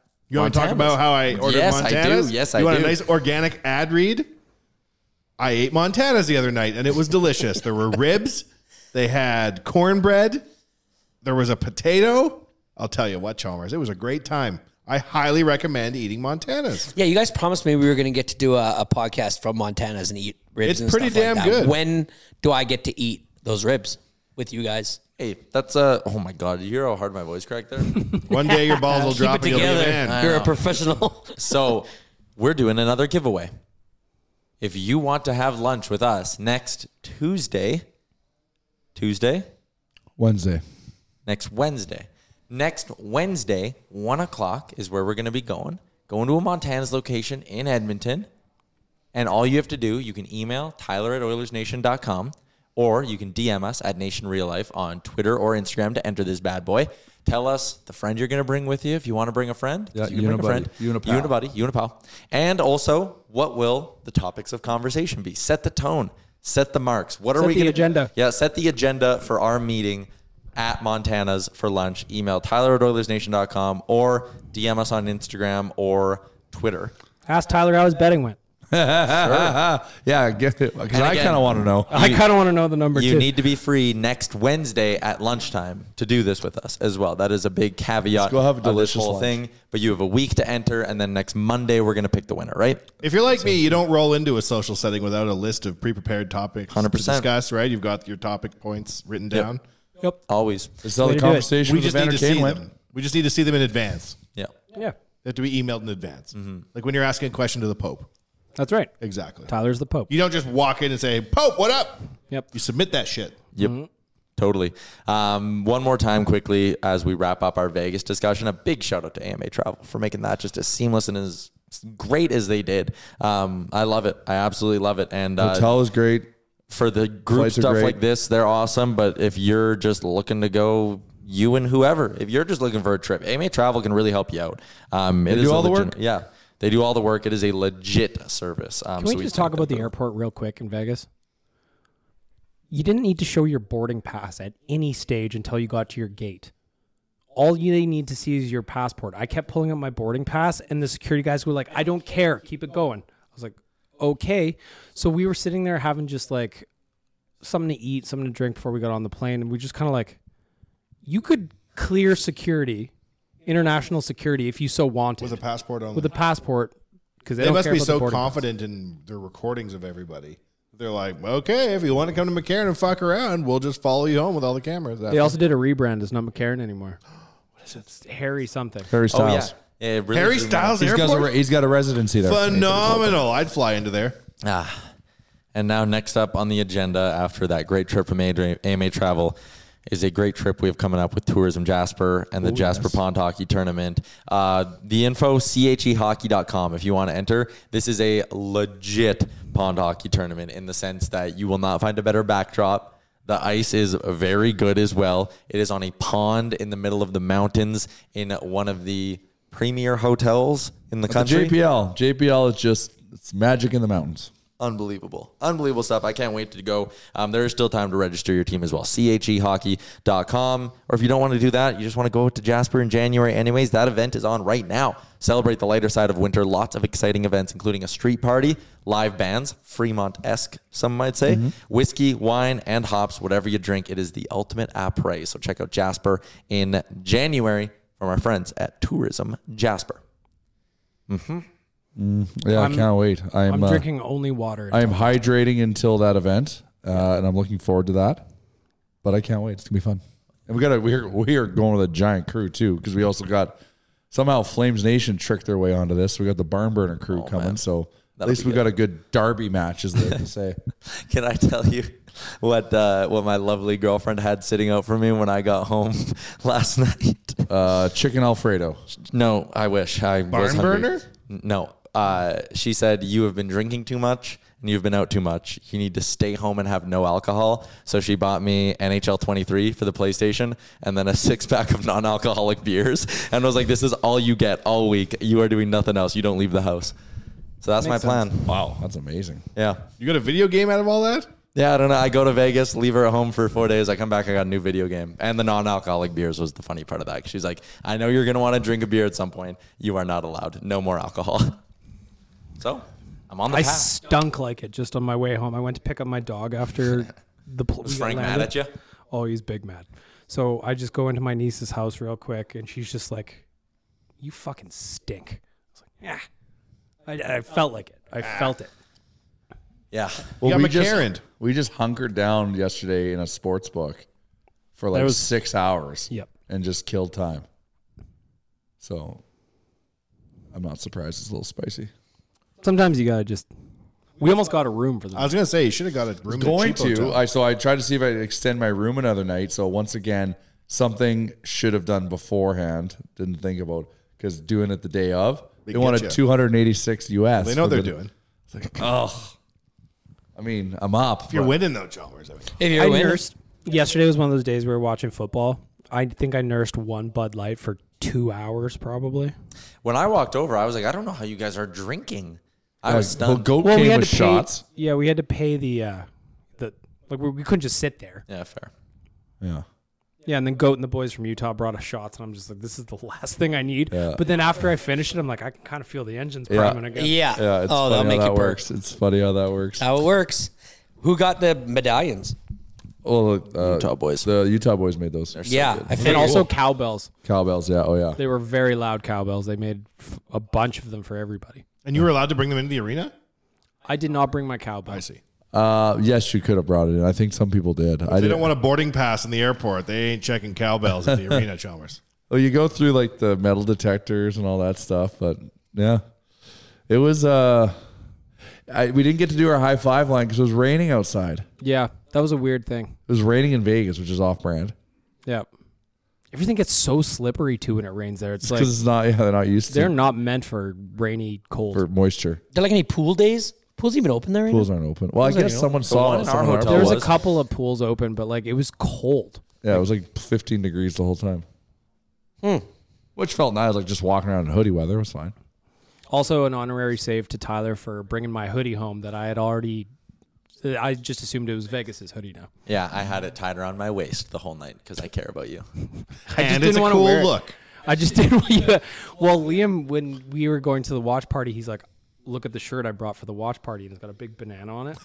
Speaker 7: You want to talk
Speaker 4: Montana's.
Speaker 7: about how I ordered
Speaker 4: yes,
Speaker 7: Montana's?
Speaker 4: I do. Yes,
Speaker 7: you
Speaker 4: I
Speaker 7: want
Speaker 4: do.
Speaker 7: a nice organic ad read? I ate Montana's the other night and it was delicious. there were ribs, they had cornbread, there was a potato. I'll tell you what, Chalmers, it was a great time. I highly recommend eating Montana's.
Speaker 8: Yeah, you guys promised me we were going to get to do a, a podcast from Montana's and eat ribs.
Speaker 7: It's
Speaker 8: and
Speaker 7: pretty
Speaker 8: stuff like
Speaker 7: damn
Speaker 8: that.
Speaker 7: good.
Speaker 8: When do I get to eat those ribs with you guys?
Speaker 4: Hey, that's a. Oh my god, you hear how hard my voice cracked there?
Speaker 7: One day your balls will
Speaker 8: Keep
Speaker 7: drop and
Speaker 8: it
Speaker 7: you'll be a
Speaker 8: together.
Speaker 7: man.
Speaker 8: You're a professional.
Speaker 4: so we're doing another giveaway. If you want to have lunch with us next Tuesday, Tuesday,
Speaker 5: Wednesday.
Speaker 4: next Wednesday. Next Wednesday, one o'clock is where we're going to be going. Going to a Montana's location in Edmonton. And all you have to do, you can email Tyler at OilersNation.com or you can DM us at Nation Real Life on Twitter or Instagram to enter this bad boy. Tell us the friend you're going to bring with you if you want to bring a friend. 'cause
Speaker 5: Yeah,
Speaker 4: you can
Speaker 5: you
Speaker 4: bring
Speaker 5: and
Speaker 4: a
Speaker 5: a buddy,
Speaker 4: friend.
Speaker 5: you and a
Speaker 4: You
Speaker 5: pal.
Speaker 4: and a buddy. You and a pal. And also, what will the topics of conversation be? Set the tone. Set the marks. What are
Speaker 6: Set
Speaker 4: we
Speaker 6: the
Speaker 4: going
Speaker 6: agenda.
Speaker 4: yeah, set the agenda for our meeting at Montana's for lunch. Email Tyler at OilersNation.com or DM us on Instagram or Twitter.
Speaker 6: Ask Tyler how his betting went.
Speaker 5: Ah, Yeah, get it. Because I kind of want to know.
Speaker 6: I kind of want to know the number
Speaker 4: You
Speaker 6: too.
Speaker 4: need to be free next Wednesday at lunchtime to do this with us as well. That is a big caveat.
Speaker 5: Let's go have a
Speaker 4: of this
Speaker 5: delicious
Speaker 4: whole
Speaker 5: lunch.
Speaker 4: thing. But you have a week to enter, and then next Monday we're going to pick the winner, right?
Speaker 7: If you're like me, you don't roll into a social setting without a list of pre-prepared topics
Speaker 4: 100%.
Speaker 7: to discuss, right? You've got your topic points written
Speaker 4: Yep.
Speaker 7: down.
Speaker 6: Yep.
Speaker 4: Always.
Speaker 5: This is how the conversation
Speaker 7: We
Speaker 5: with
Speaker 7: just need
Speaker 5: Evander
Speaker 7: to see
Speaker 5: Kane went.
Speaker 7: them. We just need to see them in advance.
Speaker 4: Yeah.
Speaker 6: Yeah.
Speaker 7: They have to be emailed in advance.
Speaker 4: Mm-hmm.
Speaker 7: Like when you're asking a question to the Pope.
Speaker 6: That's right.
Speaker 7: Exactly.
Speaker 6: Tyler's the Pope.
Speaker 7: You don't just walk in and say, Pope, what up?
Speaker 6: Yep.
Speaker 7: You submit that shit.
Speaker 4: Yep. Mm-hmm. Totally. Um, one more time, quickly, as we wrap up our Vegas discussion, a big shout out to AMA Travel for making that just as seamless and as great as they did. Um, I love it. I absolutely love it. And uh,
Speaker 5: Hotel is great.
Speaker 4: for the group
Speaker 5: Flights are
Speaker 4: stuff
Speaker 5: great.
Speaker 4: like this, they're awesome. But if you're just looking to go, you and whoever, if you're just looking for a trip, AMA Travel can really help you out. Um, it
Speaker 5: They
Speaker 4: is
Speaker 5: do
Speaker 4: a
Speaker 5: all the
Speaker 4: legit-
Speaker 5: work?
Speaker 4: Yeah. They do all the work. It is a legit service. Um,
Speaker 6: Can we
Speaker 4: so
Speaker 6: just
Speaker 4: thank
Speaker 6: talk
Speaker 4: them
Speaker 6: about the
Speaker 4: for-
Speaker 6: airport real quick in Vegas? You didn't need to show your boarding pass at any stage until you got to your gate. All you they need to see is your passport. I kept pulling up my boarding pass, and the security guys were like, "I don't care, keep it going." I was like, "Okay." So we were sitting there having just like something to eat, something to drink before we got on the plane, and we just kind of like, you could clear security, international security, if you so wanted,
Speaker 7: With a passport on
Speaker 6: with a passport, because
Speaker 7: They,
Speaker 6: they, don't
Speaker 7: must
Speaker 6: care
Speaker 7: be
Speaker 6: about the
Speaker 7: so
Speaker 6: boarding pass.
Speaker 7: confident in their recordings of everybody. They're like, okay, if you want to come to McCarran and fuck around, we'll just follow you home with all the cameras.
Speaker 6: They also did a rebrand. It's not McCarran anymore. What is it? It's Harry something.
Speaker 5: Harry
Speaker 4: Oh, yeah.
Speaker 5: Styles.
Speaker 4: Yeah, it really
Speaker 7: Harry
Speaker 4: threw me off.
Speaker 7: Styles
Speaker 5: He's got, a,
Speaker 7: Airport?
Speaker 5: re- he's got a residency there.
Speaker 7: Phenomenal. I'd fly into there.
Speaker 4: Ah. And now, next up on the agenda after that great trip from AMA, AMA Travel is a great trip we have coming up with Tourism Jasper and the Jasper Pond Hockey Tournament. Uh, the info, E chehockey.com if you want to enter. This is a legit pond hockey tournament in the sense that you will not find a better backdrop. The ice is very good as well. It is on a pond in the middle of the mountains in one of the premier hotels in the
Speaker 5: But the
Speaker 4: country
Speaker 5: JPL. JPL is just it's magic in the mountains.
Speaker 4: unbelievable unbelievable stuff i can't wait to go um, there is still time to register your team as well E chehockey.com or if you don't want to do that you just want to go to jasper in january anyways that event is on right now celebrate the lighter side of winter lots of exciting events including a street party live bands fremont-esque some might say whiskey wine and hops whatever you drink it is the ultimate apres so check out jasper in january from our friends at tourism jasper
Speaker 5: Yeah,
Speaker 6: I'm-
Speaker 5: I can't wait. I'm,
Speaker 6: I'm
Speaker 5: uh,
Speaker 6: drinking only water.
Speaker 5: I am hydrating until that event, uh, and I'm looking forward to that. But I can't wait. It's gonna be fun. And we got to we're we are going with a giant crew too because we also got somehow Flames Nation tricked their way onto this. We got the Barn Burner crew coming, so at
Speaker 4: That'll
Speaker 5: least
Speaker 4: be
Speaker 5: we got a good derby match, as they like to say.
Speaker 4: Can I tell you what uh, what my lovely girlfriend had sitting out for me when I got home last night?
Speaker 5: Uh, chicken Alfredo.
Speaker 4: No, I wish I was
Speaker 7: Barn
Speaker 4: hungry.
Speaker 7: burner?
Speaker 4: No, uh, she said you have been drinking too much and you've been out too much. You need to stay home and have no alcohol. So she bought me NHL 23 for the PlayStation and then a six pack of non alcoholic beers and was like, this is all you get all week. You are doing nothing else. You don't leave the house. So that's
Speaker 7: Makes
Speaker 4: my
Speaker 7: sense.
Speaker 4: plan.
Speaker 5: Wow, that's amazing.
Speaker 4: Yeah.
Speaker 7: You got a video game out of all that?
Speaker 4: Yeah, I don't know. I go to Vegas, leave her at home for four days. I come back, I got a new video game. And the non alcoholic beers was the funny part of that. She's like, I know you're going to want to drink a beer at some point. You are not allowed. No more alcohol. So I'm on the
Speaker 6: I
Speaker 4: path.
Speaker 6: stunk like it just on my way home. I went to pick up my dog after the. Pl-
Speaker 4: Was
Speaker 6: we got
Speaker 4: Frank mad
Speaker 6: landed.
Speaker 4: at ya?
Speaker 6: Oh, he's big mad. So I just go into my niece's house real quick, and she's just like, "You fucking stink." I was like, "Yeah." I, I felt like it. I
Speaker 4: Ah.
Speaker 6: felt it.
Speaker 4: Yeah.
Speaker 6: You
Speaker 5: Well,
Speaker 6: got
Speaker 5: we
Speaker 6: McCarran.
Speaker 5: just, we just hunkered down yesterday in a sports book for like
Speaker 6: That was-
Speaker 5: six hours.
Speaker 6: Yep.
Speaker 5: And just killed time. So I'm not surprised it's a little spicy.
Speaker 6: Sometimes you gotta just. We almost got a room for them.
Speaker 7: I was gonna say you should have got a room. in a
Speaker 5: going
Speaker 7: cheap
Speaker 5: to.
Speaker 7: hotel.
Speaker 5: I so I tried to see if I could extend my room another night. So once again, something should have done beforehand. Didn't think about because doing it the day of,
Speaker 7: They
Speaker 5: they,
Speaker 7: get
Speaker 5: wanted
Speaker 7: you.
Speaker 5: 286 US.
Speaker 7: They know
Speaker 5: for
Speaker 7: they're
Speaker 5: the-
Speaker 7: doing.
Speaker 5: It's like, oh, I mean, I'm up.
Speaker 7: If you're
Speaker 5: but-
Speaker 7: winning though, Chalmers, I mean,
Speaker 6: I nursed. Yesterday was one of those days we were watching football. I think I nursed one Bud Light for two hours, probably.
Speaker 4: When I walked over, I was like, I don't know how you guys are drinking. I
Speaker 5: Yeah,
Speaker 4: was
Speaker 5: well,
Speaker 4: stunned.
Speaker 5: Goat came with
Speaker 6: pay,
Speaker 5: shots.
Speaker 6: Yeah, we had to pay the uh, the like we, we couldn't just sit there.
Speaker 4: Yeah, fair.
Speaker 5: Yeah.
Speaker 6: Yeah, and then Goat and the boys from Utah brought us shots, and I'm just like, this is the last thing I need.
Speaker 5: Yeah.
Speaker 6: But then after I finished it, I'm like, I can kind of feel the engines priming again.
Speaker 5: yeah. It's
Speaker 8: Oh,
Speaker 5: funny
Speaker 8: that'll
Speaker 5: how
Speaker 8: make
Speaker 5: that
Speaker 8: you burp.
Speaker 5: works. It's funny how that works.
Speaker 8: How it works. Who got the medallions?
Speaker 5: Well, uh, Utah boys. The Utah boys made those.
Speaker 8: Yeah, good. I
Speaker 6: and
Speaker 8: figured.
Speaker 6: also cowbells.
Speaker 5: cowbells. Yeah. Oh yeah.
Speaker 6: They were very loud cowbells. They made f- a bunch of them for everybody.
Speaker 7: and you were allowed to bring them into the arena.
Speaker 6: I did not bring my cowbell. I see.
Speaker 5: Uh, yes, you could have brought it in. I think some people did. I
Speaker 7: they
Speaker 5: didn't.
Speaker 7: don't want a boarding pass in the airport. They ain't checking cowbells at the arena, Chalmers.
Speaker 5: Oh, you go through like the metal detectors and all that stuff, but yeah, it was. uh I, we didn't get to do our high five line because it was raining outside. It
Speaker 6: Yeah, that was a weird thing.
Speaker 5: was raining in Vegas, which is off brand.
Speaker 6: Yeah. Everything gets so slippery too when it rains there. It's,
Speaker 5: It's
Speaker 6: like
Speaker 5: because it's not. Yeah, they're not used to.
Speaker 6: they're not meant for rainy, cold.
Speaker 5: for moisture.
Speaker 8: They're like any pool days? Pools even open there? right
Speaker 5: Pools
Speaker 8: now?
Speaker 5: aren't open. Well, I
Speaker 8: Pools aren't
Speaker 5: guess
Speaker 8: even
Speaker 5: someone
Speaker 8: open.
Speaker 5: saw it. someone
Speaker 6: there was,
Speaker 5: was.
Speaker 6: a couple of pools open, but like it was cold.
Speaker 5: Yeah, it was like 15 degrees the whole time,
Speaker 6: Hmm.
Speaker 5: which felt nice. Like just walking around in hoodie weather was fine.
Speaker 6: Also, an honorary save to Tyler for bringing my hoodie home that I had already. I just assumed it was Vegas's hoodie now.
Speaker 4: Yeah, I had it tied around my waist the whole night because I care about you.
Speaker 6: I just didn't want to wear it. I just didn't. want you- well, Liam, when we were going to the watch party, he's like, "Look at the shirt I brought for the watch party, and it's got a big banana on it."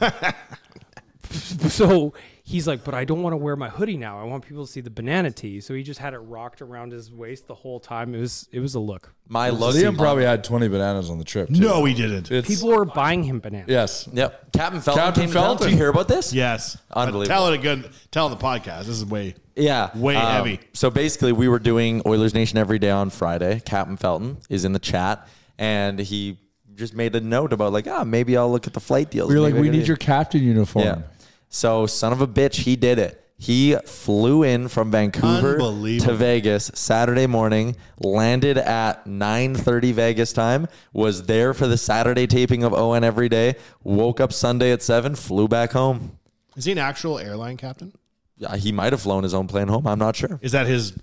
Speaker 6: so he's like, "But I don't want to wear my hoodie now. I want people to see the banana tee." So he just had it rocked around his waist the whole time. It was it was a look.
Speaker 4: My
Speaker 6: It was a
Speaker 4: look-
Speaker 6: scene.
Speaker 5: Liam probably had 20 bananas on the trip. Too.
Speaker 7: No, he didn't.
Speaker 5: It's,
Speaker 6: people were buying him bananas.
Speaker 5: yes.
Speaker 4: Yep. Captain Felton came down. Did you hear about this?
Speaker 7: Yes.
Speaker 4: Unbelievable.
Speaker 7: Tell it again. Tell on the podcast. This is way.
Speaker 4: Yeah.
Speaker 7: Way
Speaker 4: Um,
Speaker 7: heavy.
Speaker 4: So basically, we were doing Oilers Nation every day on Friday. Captain Felton is in the chat, and he just made a note about like, ah, maybe I'll look at the flight deals.
Speaker 5: We were like,
Speaker 4: Maybe I
Speaker 5: we
Speaker 4: can
Speaker 5: need
Speaker 4: do-"
Speaker 5: your captain uniform.
Speaker 4: Yeah. So son of a bitch, he did it. He flew in from Vancouver to Vegas Saturday morning, landed at 9:30 Vegas time, was there for the Saturday taping of ON every day, woke up Sunday at 7, flew back home.
Speaker 7: Is he an actual airline captain?
Speaker 4: Yeah, he might have flown his own plane home, I'm not sure.
Speaker 7: Is that his?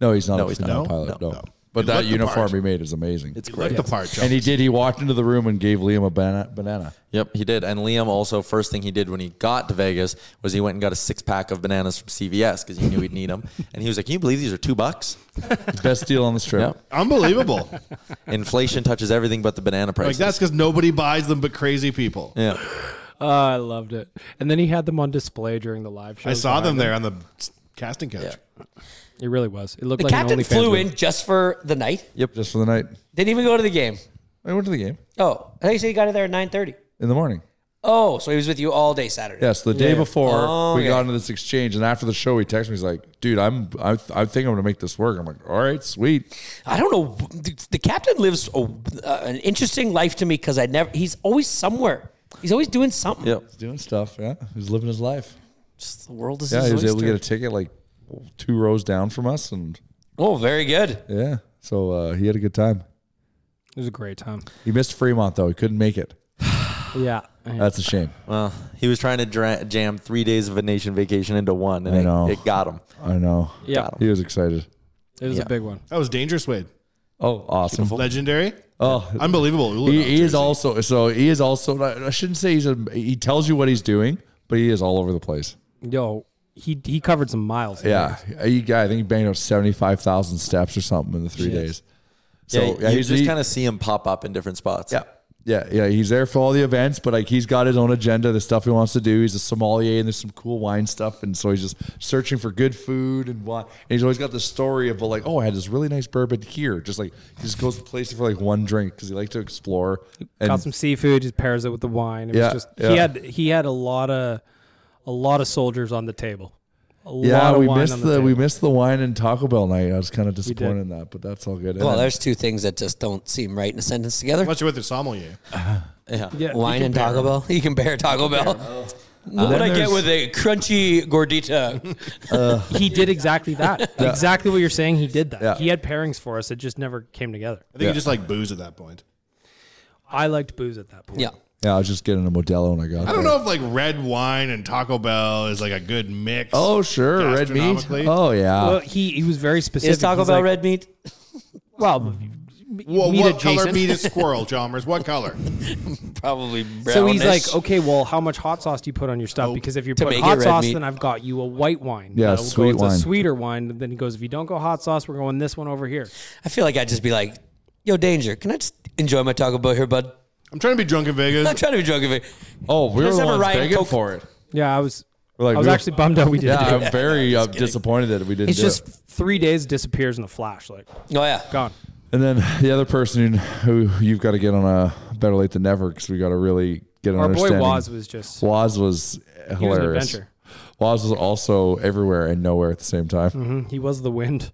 Speaker 5: No, he's not
Speaker 4: No,
Speaker 5: a
Speaker 4: he's
Speaker 5: he's
Speaker 4: not.
Speaker 5: pilot.
Speaker 4: No,
Speaker 5: No.
Speaker 4: no.
Speaker 5: But
Speaker 4: He
Speaker 5: that
Speaker 4: looked the
Speaker 5: uniform
Speaker 4: part.
Speaker 5: he made is amazing.
Speaker 4: It's great.
Speaker 7: looked the part, Jones.
Speaker 5: And he did. He walked into the room and gave Liam a banana. banana.
Speaker 4: Yep, he did. And Liam also first thing he did when he got to Vegas was he went and got a six pack of bananas from CVS because he knew he'd need them. And he was like, "Can you believe these are two bucks?
Speaker 5: Best deal on this trip.
Speaker 4: Yep.
Speaker 7: Unbelievable.
Speaker 4: Inflation touches everything but the banana price."
Speaker 7: like that's because nobody buys them but crazy people.
Speaker 4: yeah.
Speaker 6: Oh, I loved it. And then he had them on display during the live show.
Speaker 7: I saw them there on the s- casting couch.
Speaker 6: It really was. It looked
Speaker 8: The
Speaker 6: like
Speaker 8: captain
Speaker 6: an OnlyFans
Speaker 8: flew
Speaker 6: room.
Speaker 8: in just for the night.
Speaker 5: Yep. Just for the night.
Speaker 8: Didn't even go to the game.
Speaker 5: I went to the game
Speaker 8: Oh, I thought you said he got in there at nine thirty.
Speaker 5: in the morning.
Speaker 8: Oh, so he was with you all day Saturday.
Speaker 5: Yes, the day
Speaker 8: Yeah.
Speaker 5: before
Speaker 8: Oh,
Speaker 5: we
Speaker 8: okay.
Speaker 5: got into this exchange, and after the show, he texted me. He's like, "Dude, I'm I, I think I'm gonna make this work." I'm like, "All right, sweet."
Speaker 8: I don't know. The, the captain lives a, uh, an interesting life to me because I never. He's always somewhere. He's always doing something.
Speaker 4: Yep.
Speaker 5: He's doing stuff. Yeah, he's living his life.
Speaker 8: Just the world is.
Speaker 5: yeah,
Speaker 8: his
Speaker 5: he was able to
Speaker 8: oyster.
Speaker 5: get a ticket like two rows down from us, and
Speaker 8: Oh, very good.
Speaker 5: yeah, so uh, he had a good time.
Speaker 6: It was a great time.
Speaker 5: He missed Fremont though; he couldn't make it.
Speaker 6: Yeah.
Speaker 5: That's a shame.
Speaker 4: Well, he was trying to dra- jam three days of a nation vacation into one, and
Speaker 5: I know.
Speaker 4: It, it got him.
Speaker 5: I know.
Speaker 4: Yeah.
Speaker 5: Got him. He was excited.
Speaker 6: It was
Speaker 4: Yeah.
Speaker 6: a big one.
Speaker 7: That was dangerous, Wade.
Speaker 5: Oh, awesome.
Speaker 7: Legendary.
Speaker 5: Oh,
Speaker 7: unbelievable!
Speaker 5: He, he is also so he is also. I shouldn't say he's a. He tells you what he's doing, but he is all over the place.
Speaker 6: Yo, he he covered some miles.
Speaker 5: Yeah, he, I think he banged out seventy five thousand steps or something in the three
Speaker 6: Shit.
Speaker 5: days.
Speaker 4: So yeah, you just
Speaker 5: he-
Speaker 4: kind of see him pop up in different spots. Yeah.
Speaker 5: Yeah, yeah, he's there for all the events, but like he's got his own agenda, the stuff he wants to do. He's a sommelier, and there's some cool wine stuff, and so he's just searching for good food and wine. And he's always got the story of like, oh, I had this really nice bourbon here. Just like he just goes to places for like one drink because he likes to explore. And
Speaker 6: Got some seafood. Just pairs it with the wine. It
Speaker 5: Yeah,
Speaker 6: was just
Speaker 5: yeah.
Speaker 6: he had he had a lot of a lot of soldiers on the table. A lot
Speaker 5: yeah,
Speaker 6: of
Speaker 5: we
Speaker 6: wine
Speaker 5: missed
Speaker 6: on
Speaker 5: the,
Speaker 6: the, table.
Speaker 5: we missed the wine and Taco Bell night. I was kind of disappointed in that, but that's all good. And
Speaker 8: Well,
Speaker 5: then-
Speaker 8: there's two things that just don't seem right in a sentence together.
Speaker 7: Unless you're with your sommelier.
Speaker 8: yeah.
Speaker 7: Yeah,
Speaker 8: Wine
Speaker 7: you
Speaker 8: and
Speaker 7: compare.
Speaker 8: Taco Bell. You compare Taco
Speaker 7: Compare.
Speaker 8: Bell.
Speaker 5: And
Speaker 8: what
Speaker 5: then
Speaker 8: I get
Speaker 5: there's-
Speaker 8: with a crunchy gordita.
Speaker 6: he did exactly that.
Speaker 8: Yeah.
Speaker 6: Exactly what you're saying. He did that.
Speaker 8: Yeah.
Speaker 6: He had pairings for us. It just never came together.
Speaker 7: I think you just like booze at that point.
Speaker 6: I liked booze at that point.
Speaker 8: Yeah.
Speaker 5: yeah, I was just getting a Modelo and I got.
Speaker 7: I don't
Speaker 5: there.
Speaker 7: know if like red wine and Taco Bell is like a good mix.
Speaker 5: Oh sure, red meat.
Speaker 7: gastronomically.
Speaker 5: Oh yeah.
Speaker 6: Well, he he was very specific.
Speaker 8: Taco
Speaker 6: He's
Speaker 8: Bell
Speaker 6: like-
Speaker 8: red meat?
Speaker 6: Well,
Speaker 7: Well,
Speaker 6: meat
Speaker 7: what color
Speaker 6: adjacent.
Speaker 7: meat is squirrel, Chalmers? What color?
Speaker 8: Probably brown.
Speaker 6: So he's like, okay, well, how much hot sauce do you put on your stuff? Because if you
Speaker 8: Oh, to
Speaker 6: put
Speaker 8: make it
Speaker 6: hot
Speaker 8: red
Speaker 6: sauce,
Speaker 8: meat.
Speaker 6: then I've got you a white wine.
Speaker 8: Yeah,
Speaker 6: That'll
Speaker 8: sweet
Speaker 6: go with
Speaker 8: wine.
Speaker 6: A sweeter wine. And then he goes, if you don't go hot sauce, we're going this one over here.
Speaker 8: I feel like I'd just be like, yo, danger. Can I just enjoy my Taco Bell here, bud?
Speaker 7: I'm trying to be drunk in Vegas.
Speaker 8: I'm trying to be drunk in Vegas.
Speaker 5: Oh, we
Speaker 8: Let's
Speaker 5: were the
Speaker 8: have a
Speaker 5: ones
Speaker 8: Ryan
Speaker 5: begging
Speaker 8: Coke-
Speaker 5: for it.
Speaker 6: Yeah, I was.
Speaker 5: We're like,
Speaker 6: I was
Speaker 5: we-
Speaker 6: actually bummed out we didn't.
Speaker 5: Yeah,
Speaker 6: do
Speaker 5: I'm
Speaker 6: it.
Speaker 5: very uh, disappointed that we didn't.
Speaker 6: It's
Speaker 5: do
Speaker 6: just
Speaker 5: it.
Speaker 6: three days disappears in a flash. Like, oh
Speaker 8: yeah,
Speaker 6: gone.
Speaker 5: And then the other person who you've got to get on a better late than never because we got to really get an
Speaker 6: Our boy
Speaker 5: understanding.
Speaker 6: Waz was just-
Speaker 5: Waz was
Speaker 6: an
Speaker 5: hilarious.
Speaker 6: adventure.
Speaker 5: Waz was also everywhere and nowhere at the same time.
Speaker 6: hmm He was the wind.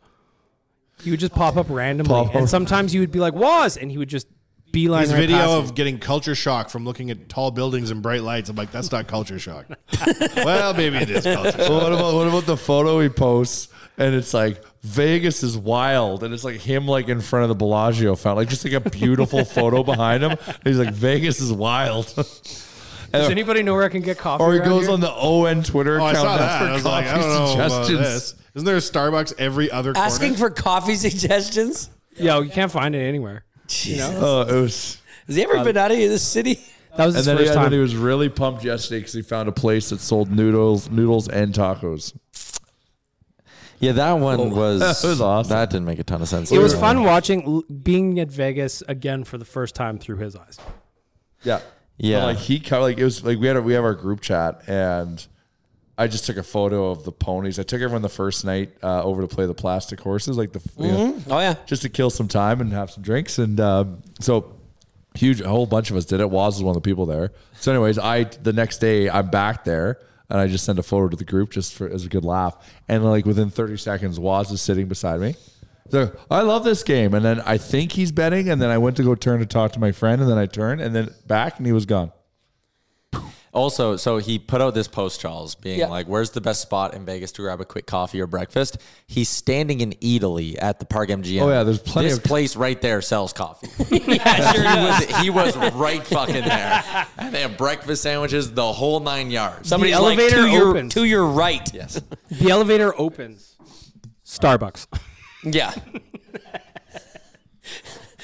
Speaker 6: He would just pop up randomly,
Speaker 5: Pop up.
Speaker 6: and sometimes you would be like, "Was," and he would just beeline.
Speaker 7: His
Speaker 6: right past
Speaker 7: video
Speaker 6: you.
Speaker 7: of getting culture shock from looking at tall buildings and bright lights. I'm like, that's not culture shock. well, maybe it is culture shock.
Speaker 5: Well, what about what about the photo he posts and it's like Vegas is wild and it's like him like in front of the Bellagio fountain, like just like a beautiful photo behind him. And he's like Vegas is wild.
Speaker 6: Does
Speaker 5: And-
Speaker 6: anybody know where I can get coffee?
Speaker 5: or he
Speaker 6: around
Speaker 5: goes
Speaker 6: here?
Speaker 5: on the ON Twitter
Speaker 7: Oh, I
Speaker 5: account
Speaker 7: saw
Speaker 5: and
Speaker 7: that.
Speaker 5: asks
Speaker 7: I was
Speaker 5: for
Speaker 7: like, I
Speaker 5: coffee
Speaker 7: don't know about
Speaker 5: suggestions.
Speaker 7: this. Isn't there a Starbucks every other corner?
Speaker 8: Asking for coffee suggestions?
Speaker 6: Yo, you can't find it anywhere. You know?
Speaker 5: Oh, it was.
Speaker 8: Has he ever
Speaker 6: Uh,
Speaker 8: been out of this city?
Speaker 6: That was
Speaker 5: and
Speaker 6: his
Speaker 5: then,
Speaker 6: first
Speaker 5: he, and
Speaker 6: time.
Speaker 5: then he was really pumped yesterday because he found a place that sold noodles, noodles and tacos.
Speaker 4: Yeah, that one was
Speaker 5: that was awesome.
Speaker 4: That didn't make a ton of sense.
Speaker 6: It was fun watching l- being at Vegas again for the first time through his eyes.
Speaker 5: Yeah,
Speaker 4: Yeah.
Speaker 5: But, like he kind of like it was like we had a, we have our group chat and I just took a photo of the ponies. I took everyone the first night uh, over to play the plastic horses, like the you know,
Speaker 8: Mhm. oh yeah,
Speaker 5: just to kill some time and have some drinks. And um, so huge, a whole bunch of us did it. Waz was one of the people there. So, anyways, I the next day I'm back there. And I just sent a photo to the group just for as a good laugh. And like within 30 seconds, Waz is sitting beside me. So I love this game. And then I think he's betting. And then I went to go turn to talk to my friend. And then I turned and then back and he was gone.
Speaker 4: Also, so he put out this post, Charles, being
Speaker 8: Yeah.
Speaker 4: like, "Where's the best spot in Vegas to grab a quick coffee or breakfast?" He's standing in Italy at the Park MGM.
Speaker 5: Oh, yeah, there's plenty
Speaker 4: This
Speaker 5: of-
Speaker 4: place right there sells coffee.
Speaker 8: yeah, sure does.
Speaker 4: he was right fucking there, and they have breakfast sandwiches, the whole nine yards.
Speaker 8: Somebody's
Speaker 4: He's
Speaker 8: like,
Speaker 4: like,
Speaker 8: to
Speaker 4: "To your-
Speaker 8: your, to your right.
Speaker 4: Yes.
Speaker 6: The elevator opens. Starbucks.
Speaker 8: Yeah.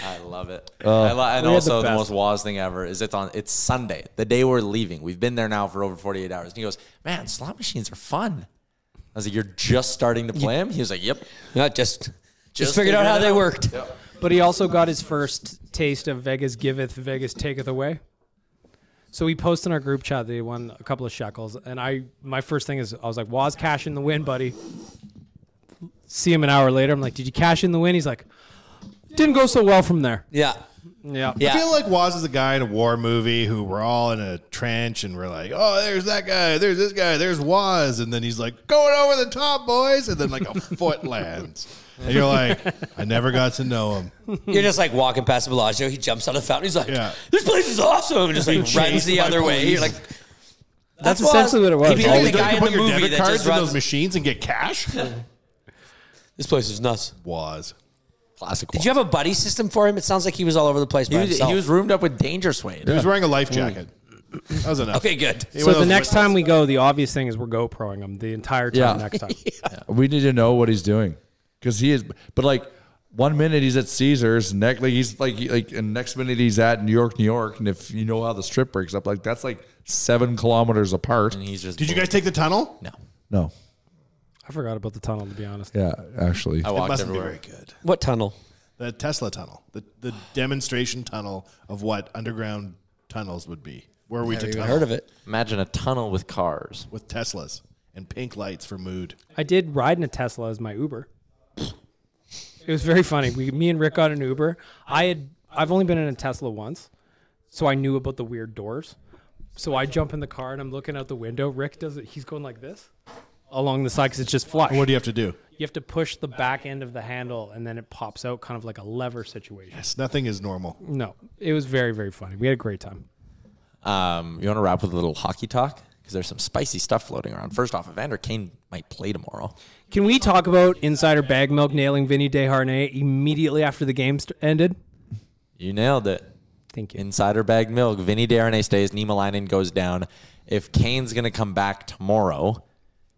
Speaker 4: I love it.
Speaker 5: Uh,
Speaker 4: I lo- and
Speaker 5: We had the
Speaker 4: also the,
Speaker 5: best.
Speaker 4: most Waz thing ever is it's on it's Sunday, the day we're leaving. We've been there now for over 48 hours. And he goes, Man, slot machines are fun. I was like, You're just starting to play them? He was like, Yep.
Speaker 8: Not just just figured out how they worked.
Speaker 6: But he also got his first taste of Vegas giveth, Vegas taketh away. So we post in our group chat that he won a couple of shekels, and I my first thing is I was like, "Waz cash in the win, buddy." See him an hour later. I'm like, "Did you cash in the win?" He's like, "Didn't go so well from there."
Speaker 8: Yeah.
Speaker 6: Yeah.
Speaker 7: I feel like Waz is a guy in a war movie who we're all in a trench and we're like, oh, there's that guy, there's this guy, there's Waz. And then he's like, going over the top, boys. And then like a foot lands. And you're like, I never got to know him.
Speaker 8: You're just like walking past the Bellagio. He jumps out of the fountain. He's like,
Speaker 7: Yeah.
Speaker 8: "This place is awesome!" And just
Speaker 7: Being
Speaker 8: like runs
Speaker 7: chased
Speaker 8: the
Speaker 7: by
Speaker 8: other way.
Speaker 7: police.
Speaker 8: You're like,
Speaker 6: That's
Speaker 8: Waz.
Speaker 6: essentially what it was.
Speaker 8: He'd be like the
Speaker 7: Don't
Speaker 8: guy
Speaker 7: you
Speaker 8: in the
Speaker 7: put your
Speaker 8: movie
Speaker 7: debit
Speaker 8: that
Speaker 7: cards
Speaker 8: just
Speaker 7: in those
Speaker 8: runs.
Speaker 7: machines and get cash?
Speaker 8: this place is nuts.
Speaker 7: Waz.
Speaker 4: Classic.
Speaker 8: Did you have a buddy system for him? It sounds like he was all over the place by
Speaker 4: He was,
Speaker 8: himself.
Speaker 4: he was roomed up with Danger Suede.
Speaker 7: He was wearing a life jacket. That was enough.
Speaker 8: Okay, good.
Speaker 6: Mm. So the next time we go, the obvious thing is we're GoProing him the entire
Speaker 5: Yeah.
Speaker 6: time next time.
Speaker 5: We need to know what he's doing because he is. But like one minute he's at Caesars, next like he's like like, and next minute he's at New York, New York. And if you know how the strip breaks up, like that's like seven kilometers apart. And
Speaker 4: he's just
Speaker 7: Did you guys take the tunnel?
Speaker 4: No.
Speaker 5: no.
Speaker 6: I forgot about the tunnel to be honest.
Speaker 5: Yeah, actually,
Speaker 7: it mustn't be very good.
Speaker 8: What tunnel?
Speaker 7: The Tesla tunnel, the the demonstration tunnel of what underground tunnels would be. Where we
Speaker 8: Never
Speaker 7: took
Speaker 8: even
Speaker 7: tunnel
Speaker 8: heard of it.
Speaker 4: Imagine a tunnel with cars,
Speaker 7: with Teslas and pink lights for mood.
Speaker 6: I did ride in a Tesla as my Uber. It was very funny. We, me and Rick got an Uber. I had I've only been in a Tesla once, so I knew about the weird doors. So I jump in the car and I'm looking out the window. Rick does it. He's going like this along the side because it's just flush.
Speaker 7: What do you have to do?
Speaker 6: You have to push the back end of the handle and then it pops out, kind of like a lever situation.
Speaker 7: Yes, nothing is normal.
Speaker 6: No, it was very very funny. We had a great time.
Speaker 4: Um, you want to wrap with a little hockey talk because there's some spicy stuff floating around. First off, Evander Kane might play tomorrow.
Speaker 6: Can we talk about insider bag milk nailing Vinny DeHarnay immediately after the game st- ended?
Speaker 4: You nailed it.
Speaker 6: Thank you.
Speaker 4: Insider bag milk. Vinny Darnay stays. Nima Linen goes down. If Kane's going to come back tomorrow,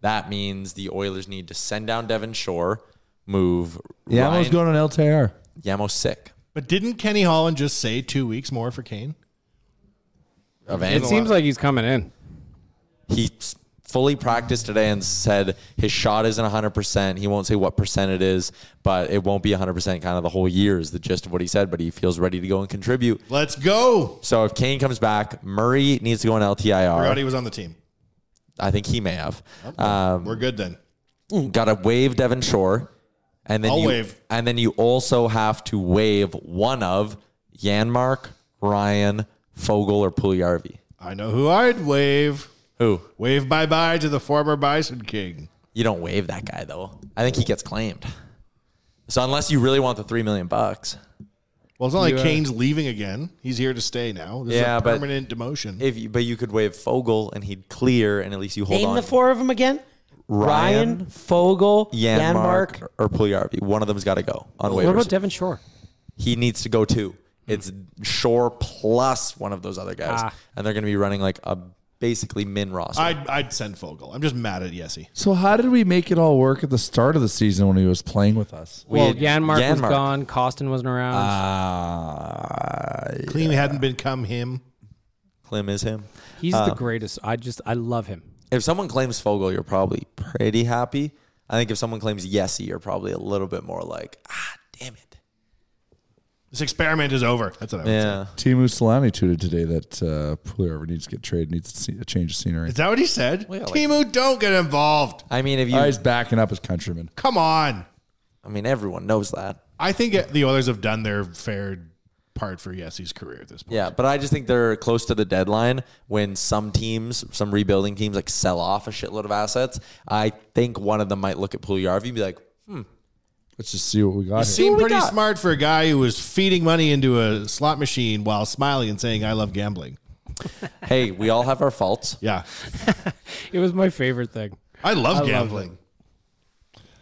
Speaker 4: that means the Oilers need to send down Devon Shore, move.
Speaker 5: Yeah, I was
Speaker 4: Ryan-
Speaker 5: going on LTR.
Speaker 4: Yamo's sick.
Speaker 7: But didn't Kenny Holland just say two weeks more for Kane?
Speaker 4: Evan-
Speaker 6: It seems like he's coming in.
Speaker 4: he s- fully practiced today and said his shot isn't 100%. He won't say what percent it is, but it won't be 100% kind of the whole year is the gist of what he said, but he feels ready to go and contribute.
Speaker 7: Let's go.
Speaker 4: So if Kane comes back, Murray needs to go on LTIR.
Speaker 7: Forgot he was on the team.
Speaker 4: I think he may have. Um,
Speaker 7: We're good then.
Speaker 4: Got to waive Devon Shore, and then
Speaker 7: I'll
Speaker 4: you,
Speaker 7: waive.
Speaker 4: and then you also have to waive one of Yanmark, Ryan, Fogel, or Puliarvi.
Speaker 7: I know who I'd wave.
Speaker 4: Who?
Speaker 7: Wave bye bye to the former Bison King.
Speaker 4: You don't waive that guy though. I think he gets claimed. So unless you really want the three million bucks,
Speaker 7: Well, it's not like
Speaker 4: You, uh,
Speaker 7: Kane's leaving again. He's here to stay now. This
Speaker 4: Yeah,
Speaker 7: is a
Speaker 4: but-
Speaker 7: permanent demotion.
Speaker 4: if you, but you could waive Fogel and he'd clear, and at least you hold
Speaker 8: Name
Speaker 4: on.
Speaker 8: the four of them again. Ryan, Fogel,
Speaker 4: Yanmark,
Speaker 8: Yanmark.
Speaker 4: or Puliarvi. One of them's got to go on waivers.
Speaker 6: What about Devon Shore?
Speaker 4: he needs to go too.
Speaker 6: Hmm.
Speaker 4: It's Shore plus one of those other guys,
Speaker 7: Ah.
Speaker 4: and they're going to be running like a basically min roster.
Speaker 7: I'd, I'd send Fogel. I'm just mad at Yessi.
Speaker 5: So how did we make it all work at the start of the season when he was playing with us?
Speaker 6: well, Yanmark, was
Speaker 5: Yanmark.
Speaker 6: gone. Costin wasn't around.
Speaker 4: Uh,
Speaker 7: Clean hadn't become him.
Speaker 4: Clem is him.
Speaker 6: He's
Speaker 4: Uh,
Speaker 6: the greatest. I just I love him.
Speaker 4: If someone claims Fogel, you're probably pretty happy. I think if someone claims Yesy, you're probably a little bit more like, "Ah,
Speaker 7: This experiment is over. That's what I would say.
Speaker 5: Timu Solani tweeted today that uh, whoever needs to get traded needs to see, a change of scenery.
Speaker 7: Is that what he said?
Speaker 4: Well, like-
Speaker 7: Timu, don't get involved.
Speaker 4: I mean, if you,
Speaker 5: Oh, he's backing up his countrymen.
Speaker 7: Come on.
Speaker 4: I mean, everyone knows that.
Speaker 7: I think the Oilers have done their fair part for Yessi's career at this point.
Speaker 4: Yeah, but I just think they're close to the deadline when some teams, some rebuilding teams, like sell off a shitload of assets. I think one of them might look at Puliarvi and be like, hmm,
Speaker 5: Let's just see what we got.
Speaker 7: You
Speaker 5: here.
Speaker 7: seem pretty smart for a guy who was feeding money into a slot machine while smiling and saying, I love gambling.
Speaker 4: hey, we all have our faults.
Speaker 7: Yeah.
Speaker 6: It was my favorite thing.
Speaker 7: I love
Speaker 6: I love
Speaker 7: gambling.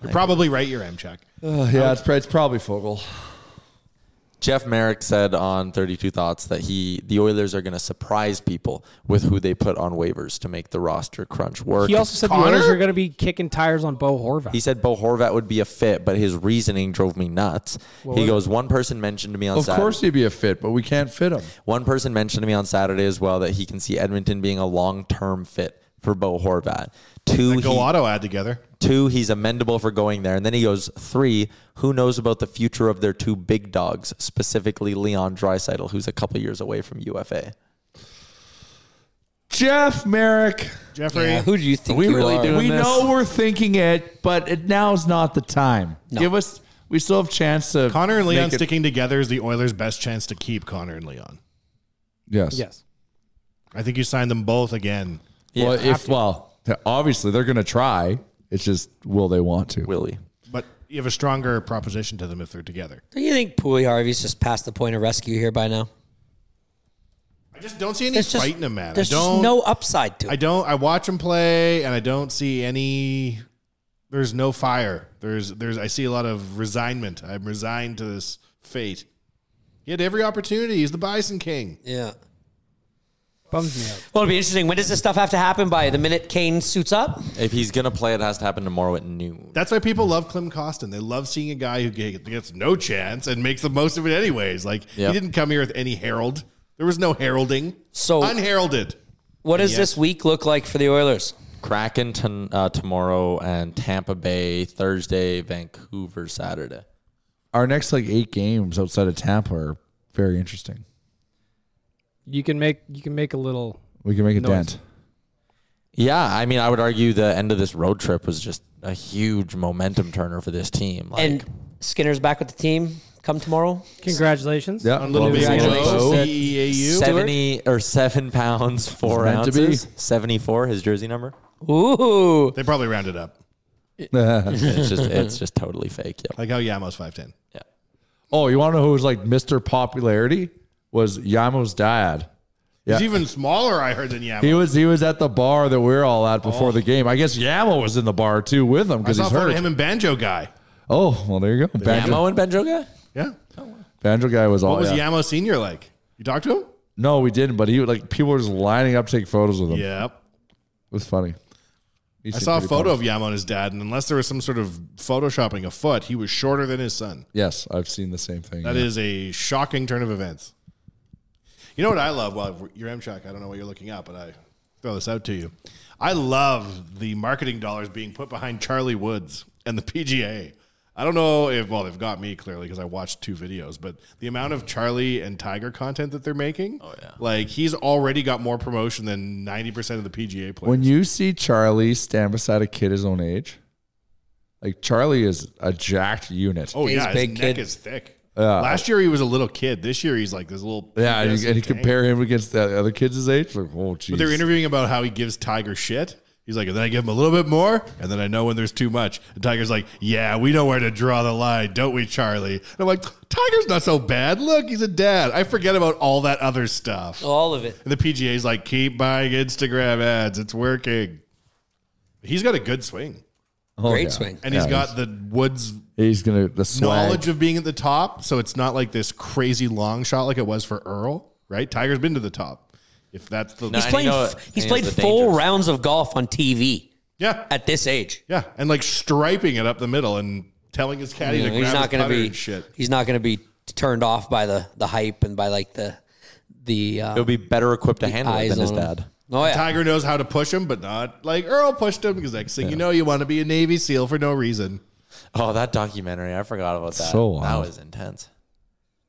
Speaker 7: You're probably right, you're Amchak.
Speaker 5: Uh, yeah, it's, prob- it's probably Fogel.
Speaker 4: Jeff Merrick said on 32 Thoughts that he the Oilers are going to surprise people with who they put on waivers to make the roster crunch work.
Speaker 6: He also said
Speaker 4: Connor?
Speaker 6: the Oilers are going to be kicking tires on Bo Horvat.
Speaker 4: He said Bo Horvat would be a fit, but his reasoning drove me nuts.
Speaker 6: What
Speaker 4: he
Speaker 6: was
Speaker 4: goes, one person mentioned to me on
Speaker 5: Of
Speaker 4: Saturday.
Speaker 5: course he'd be a fit, but we can't fit him.
Speaker 4: One person mentioned to me on Saturday as well that he can see Edmonton being a long term fit for Bo Horvat. Two,
Speaker 7: Go
Speaker 4: he-
Speaker 7: auto ad together.
Speaker 4: Two, he's amendable for going there. And then he goes, three, who knows about the future of their two big dogs, specifically Leon Dreisaitl, who's a couple years away from UFA.
Speaker 5: Jeff Merrick.
Speaker 7: Jeffrey.
Speaker 8: Yeah, who do you think
Speaker 5: we
Speaker 8: you
Speaker 5: really
Speaker 8: are?
Speaker 5: do? We
Speaker 8: doing this?
Speaker 5: know we're thinking it, but it, now's not the time. Give us. We still have chance to.
Speaker 7: Connor and Leon
Speaker 5: make it-
Speaker 7: sticking together is the Oilers' best chance to keep Connor and Leon.
Speaker 5: Yes.
Speaker 6: Yes.
Speaker 7: I think you signed them both again.
Speaker 5: Well, if well, obviously they're going to try. It's just will they want to?
Speaker 4: Will he?
Speaker 7: But you have a stronger proposition to them if they're together.
Speaker 8: Do you think Pooley Harvey's just past the point of rescue here by now?
Speaker 7: I just don't see any
Speaker 8: There's just-
Speaker 7: fight in him, man. I
Speaker 8: there's just
Speaker 7: don't,
Speaker 8: no upside to it.
Speaker 7: I don't. I watch him play, and I don't see any. There's no fire. There's there's. I see a lot of resignment. I'm resigned to this fate. He had every opportunity. He's the Bison King.
Speaker 8: Yeah.
Speaker 6: Bums me out.
Speaker 8: Well, it'll be interesting. When does this stuff have to happen by? The minute Kane suits up?
Speaker 4: If he's gonna play, it has to happen tomorrow at noon.
Speaker 7: That's why people love Clem Costin. They love seeing a guy who g- gets no chance and makes the most of it anyways. Like
Speaker 8: Yep.
Speaker 7: he didn't come here with any herald. There was no heralding.
Speaker 8: So
Speaker 7: unheralded.
Speaker 8: What does
Speaker 7: Yes.
Speaker 8: this week look like for the Oilers?
Speaker 4: Kraken ton uh, tomorrow and Tampa Bay Thursday, Vancouver Saturday.
Speaker 5: Our next like eight games outside of Tampa are very interesting.
Speaker 6: You can make you can make a little.
Speaker 5: We can make a
Speaker 6: noise.
Speaker 5: dent.
Speaker 4: Yeah, I mean, I would argue the end of this road trip was just a huge momentum turner for this team. Like,
Speaker 8: and Skinner's back with the team. Come tomorrow.
Speaker 6: Congratulations.
Speaker 4: Yeah. On little baby Joe.
Speaker 7: E
Speaker 8: Congratulations.
Speaker 4: seventy or seven pounds four
Speaker 8: It's meant to
Speaker 4: ounces, seventy four. His jersey number.
Speaker 8: Ooh.
Speaker 7: They probably rounded up.
Speaker 5: Oh.
Speaker 4: it's just it's just totally fake. Yep.
Speaker 7: Like how Yamo's 5'10.
Speaker 4: Yeah.
Speaker 5: Oh, you want to know who was like Mr. Popularity? Was Yamo's dad.
Speaker 7: He's even smaller, I heard, than Yamo.
Speaker 5: He was he was at the bar that we are all at before
Speaker 7: Oh.
Speaker 5: the game. I guess Yamo was in the bar too with
Speaker 7: I
Speaker 5: him because
Speaker 7: saw
Speaker 5: he's
Speaker 7: a photo
Speaker 5: hurt.
Speaker 7: of him and Banjo Guy.
Speaker 5: Oh, well, there you go. Banjo,
Speaker 4: and Banjo guy?
Speaker 7: Yeah.
Speaker 5: Banjo guy was all.
Speaker 7: What was
Speaker 5: yeah.
Speaker 7: Yamo Senior like? You talked to him?
Speaker 5: No, we didn't. But he was, like people were just lining up to take photos with him.
Speaker 7: Yep.
Speaker 5: It was funny. He
Speaker 7: I
Speaker 5: seemed
Speaker 7: saw a
Speaker 5: pretty
Speaker 7: photo
Speaker 5: pumped.
Speaker 7: of Yamo and his dad, and unless there was some sort of photoshopping afoot, he was shorter than his son.
Speaker 5: Yes, I've seen the same thing.
Speaker 7: That
Speaker 5: yeah.
Speaker 7: is a shocking turn of events. You know what I love? Well, your MChock, I don't know what you're looking at, but I throw this out to you. I love the marketing dollars being put behind Charlie Woods and the PGA. I don't know if, well, they've got me clearly because I watched two videos, but the amount of Charlie and Tiger content that they're making, oh, yeah. like he's already got more promotion than 90% of the PGA players.
Speaker 5: When you see Charlie stand beside a kid his own age, like Charlie is a jacked unit.
Speaker 7: Oh yeah, his neck is thick.
Speaker 5: Yeah.
Speaker 7: Last year he was a little kid. This year he's like this little.
Speaker 5: Yeah, and
Speaker 7: big-ass
Speaker 5: you, and you
Speaker 7: tank.
Speaker 5: compare him against the other kids his age, like oh geez.
Speaker 7: But they're interviewing about how he gives Tiger shit. He's like, and then I give him a little bit more, and then I know when there's too much. And Tiger's like, yeah, we know where to draw the line, don't we, Charlie? And I'm like, Tiger's not so bad. Look, he's a dad. I forget about all that other stuff.
Speaker 8: Oh, All of it.
Speaker 7: And the PGA's like, keep buying Instagram ads. It's working. He's got a good swing.
Speaker 5: Oh, Great yeah. swing.
Speaker 7: And
Speaker 5: Yeah,
Speaker 7: he's got the Woods
Speaker 5: He's gonna the swag.
Speaker 7: knowledge of being at the top, so it's not like this crazy long shot like it was for Earl, right? Tiger's been to the top. If that's the
Speaker 8: he's playing. f- he's played four rounds of golf on TV.
Speaker 7: Yeah,
Speaker 8: at this age.
Speaker 7: Yeah, and like striping it up the middle and telling his caddy
Speaker 8: You
Speaker 7: to
Speaker 8: know,
Speaker 7: grab
Speaker 8: he's not
Speaker 7: his
Speaker 8: going to
Speaker 7: putter
Speaker 8: be.
Speaker 7: and shit.
Speaker 8: He's not going to be turned off by the the hype and by like the the. Um,
Speaker 4: He'll be better equipped to handle it
Speaker 8: eyes
Speaker 4: than his
Speaker 8: on him.
Speaker 4: dad.
Speaker 8: Oh, yeah.
Speaker 7: Tiger knows how to push him, but not like Earl pushed him because next thing you know, you want to be a Navy SEAL for no reason.
Speaker 4: Oh, that documentary! I forgot about that.
Speaker 5: So
Speaker 4: that
Speaker 5: wild.
Speaker 4: was intense.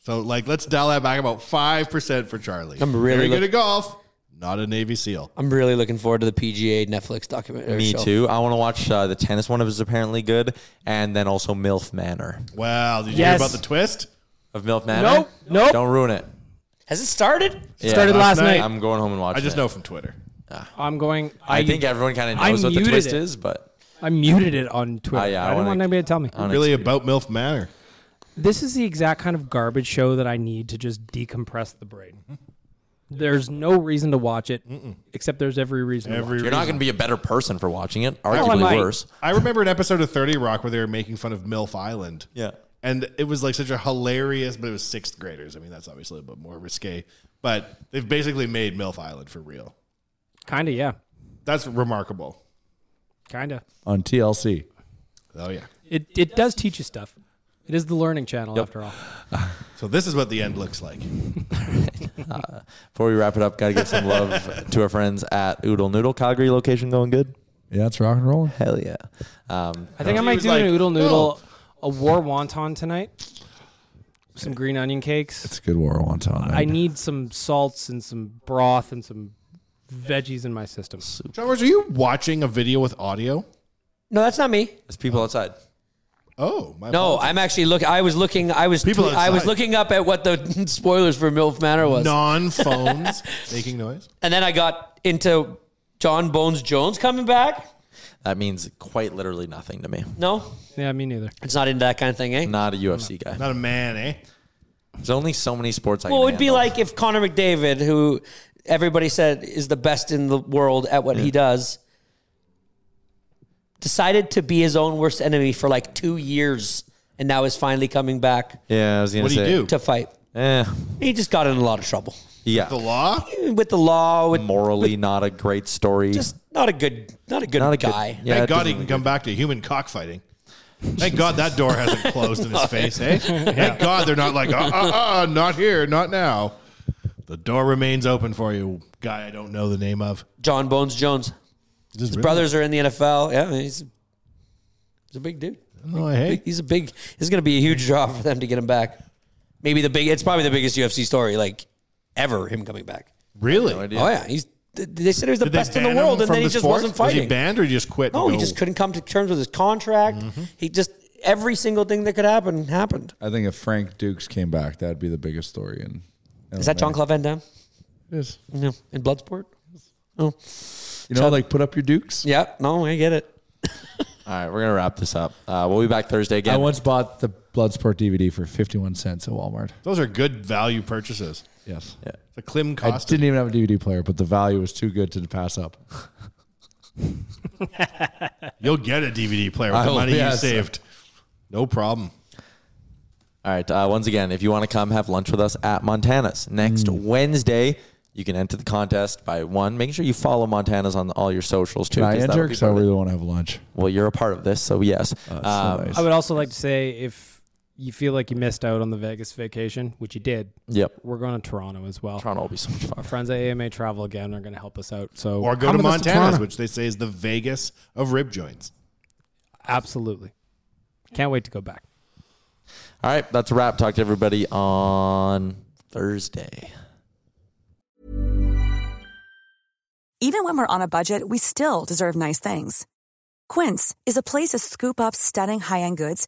Speaker 7: So like, let's dial that back about five percent for Charlie.
Speaker 8: I'm really
Speaker 7: Very good
Speaker 8: look-
Speaker 7: at golf, not a Navy SEAL.
Speaker 8: I'm really looking forward to the PGA Netflix documentary.
Speaker 4: Me
Speaker 8: show.
Speaker 4: too. I want to watch uh, the tennis one. It was apparently good, and then also MILF Manor
Speaker 7: Wow, did you
Speaker 4: Yes.
Speaker 7: hear about the twist?
Speaker 4: of MILF Manor.
Speaker 7: Nope,
Speaker 6: nope.
Speaker 4: Don't ruin it.
Speaker 8: Has it started?
Speaker 4: Yeah. I'm going home and watching.
Speaker 7: I just
Speaker 4: it.
Speaker 7: know from Twitter.
Speaker 6: I'm going.
Speaker 4: I think everyone kinda
Speaker 6: I
Speaker 4: knows what the
Speaker 6: muted
Speaker 4: twist
Speaker 6: it.
Speaker 4: is, but-
Speaker 6: I muted it on Twitter.
Speaker 4: Ah, yeah,
Speaker 6: I,
Speaker 4: I
Speaker 6: don't
Speaker 4: wanna- Uh,
Speaker 6: want anybody to tell me.
Speaker 4: I wanna
Speaker 7: Really about MILF Manor.
Speaker 6: This is the exact kind of garbage show that I need to just decompress the brain. There's no reason to watch it, except there's every reason. to watch
Speaker 4: You're
Speaker 6: it.
Speaker 4: not going to be a better person for watching it.
Speaker 6: I
Speaker 4: Arguably
Speaker 6: might.
Speaker 4: worse.
Speaker 7: I remember an episode of Thirty Rock where they were making fun of MILF Island.
Speaker 4: Yeah.
Speaker 7: And it was like such a hilarious, but it was sixth graders. I mean, that's obviously a bit more risque, but they've basically made MILF Island for real.
Speaker 6: Kinda, yeah.
Speaker 7: That's remarkable.
Speaker 6: Kinda.
Speaker 5: on TLC.
Speaker 7: Oh yeah.
Speaker 6: It it does teach you stuff. It is the learning channel after all.
Speaker 7: So this is what the end looks like.
Speaker 4: Uh, before we wrap it up, got to give some love to our friends at Oodle Noodle Calgary location. Going good.
Speaker 5: Yeah, it's rock and roll.
Speaker 4: Hell yeah. Um,
Speaker 6: I think I
Speaker 4: he
Speaker 6: might
Speaker 4: was
Speaker 6: do
Speaker 4: like,
Speaker 6: an oodle noodle, a war wonton tonight. Some green onion cakes. It's
Speaker 5: good war wonton.
Speaker 6: I need some salts and some broth and some veggies in my system.
Speaker 7: John, Rogers, "Oh, are you watching a video with audio?
Speaker 8: No, that's not me.
Speaker 4: It's people outside.
Speaker 7: Oh my.
Speaker 8: no,
Speaker 7: apologies.
Speaker 8: I'm actually looking. I was looking. I was.
Speaker 7: People
Speaker 8: tw- I was
Speaker 7: outside.
Speaker 8: looking up at what the spoilers for MILF Manor was.
Speaker 7: non-phones making noise.
Speaker 8: And then I got into John Bones Jones coming back.
Speaker 4: That means quite literally nothing to me.
Speaker 8: No,
Speaker 6: Yeah, me neither.
Speaker 8: it's not into that kind of thing, eh?
Speaker 4: Not a UFC guy.
Speaker 7: Not a man, eh?
Speaker 4: There's only so many sports I
Speaker 8: well, it
Speaker 4: can
Speaker 8: would be
Speaker 4: handle.
Speaker 8: like if Connor McDavid, who everybody said is the best in the world at what he does, decided to be his own worst enemy for like two years, and now is finally coming back
Speaker 4: Yeah, I was going to
Speaker 8: What'd
Speaker 4: say.
Speaker 8: he do? to fight.
Speaker 4: Eh,
Speaker 8: He just got in a lot of trouble.
Speaker 4: Yeah.
Speaker 7: The law?
Speaker 8: With the law. With,
Speaker 4: Morally, not a great story.
Speaker 8: Just not a good, not a good
Speaker 4: Not a good-
Speaker 8: guy.
Speaker 4: yeah,
Speaker 7: Thank
Speaker 4: it
Speaker 7: God
Speaker 4: doesn't
Speaker 7: he can come back to human cockfighting. Thank God that door hasn't closed in his face, eh? Thank God they're not like, uh, uh, uh, not here, not now. The door remains open for you, guy I don't know the name of.
Speaker 8: John Bones Jones.
Speaker 7: His
Speaker 8: His brothers are in the NFL. Yeah, he's he's a big dude.
Speaker 7: No, I hate.
Speaker 8: He's a big. It's going to be a huge draw for them to get him back. Maybe the big. It's probably the biggest UFC story like ever. Him coming back.
Speaker 7: Really?
Speaker 8: Oh yeah. He's. They said he was the
Speaker 7: Did they
Speaker 8: best in the
Speaker 7: ban him
Speaker 8: world, and
Speaker 7: from
Speaker 8: then he
Speaker 7: the
Speaker 8: just
Speaker 7: sport?
Speaker 8: wasn't
Speaker 7: Was
Speaker 8: fighting.
Speaker 7: he banned or he just quit? and
Speaker 8: No, he
Speaker 7: go-
Speaker 8: just couldn't come to terms with his contract. He just every single thing that could happen happened.
Speaker 5: I think if Frank Dukes came back, that'd be the biggest story. In
Speaker 8: Is that John Claude Van Damme?
Speaker 5: Yes.
Speaker 8: No, in Bloodsport. Oh,
Speaker 5: You know, like put up your Dukes.
Speaker 8: Yeah. No, I get it.
Speaker 4: All right, we're gonna wrap this up. Uh, we'll be back Thursday again.
Speaker 5: I once bought the Bloodsport DVD for 51 cents at Walmart.
Speaker 7: Those are good value purchases.
Speaker 5: Yes.
Speaker 7: The Klim
Speaker 5: I
Speaker 7: cost.
Speaker 5: didn't even have a DVD player, but the value was too good to pass up.
Speaker 7: You'll get a DVD player with
Speaker 4: I
Speaker 7: the
Speaker 4: will,
Speaker 7: money
Speaker 4: yes.
Speaker 7: you saved. No problem.
Speaker 4: All right. Uh, once again, if you want to come have lunch with us at Montana's next
Speaker 5: Mm.
Speaker 4: Wednesday, you can enter the contest by one. Making sure you follow Montana's on all your socials too.
Speaker 5: Can I
Speaker 4: 'cause that'll
Speaker 5: enter?
Speaker 4: be
Speaker 5: Because I
Speaker 4: part of it.
Speaker 5: really want to have lunch.
Speaker 4: Well, you're a part of this, so yes. Um,
Speaker 6: I would also like to say if you feel like you missed out on the Vegas vacation, which you did.
Speaker 4: Yep.
Speaker 6: We're going to Toronto as well.
Speaker 4: Toronto will be so much fun.
Speaker 6: Our friends at AMA Travel again are going to help us out.
Speaker 8: Oh,
Speaker 6: So
Speaker 7: Or go
Speaker 6: come
Speaker 7: to
Speaker 6: with us
Speaker 7: Montana's,
Speaker 6: Toronto.
Speaker 7: which they say is the Vegas of rib joints.
Speaker 6: Absolutely. Can't wait to go back.
Speaker 4: All right, that's a wrap. Talk to everybody on Thursday.
Speaker 10: Even when we're on a budget, we still deserve nice things. Quince is a place to scoop up stunning high end goods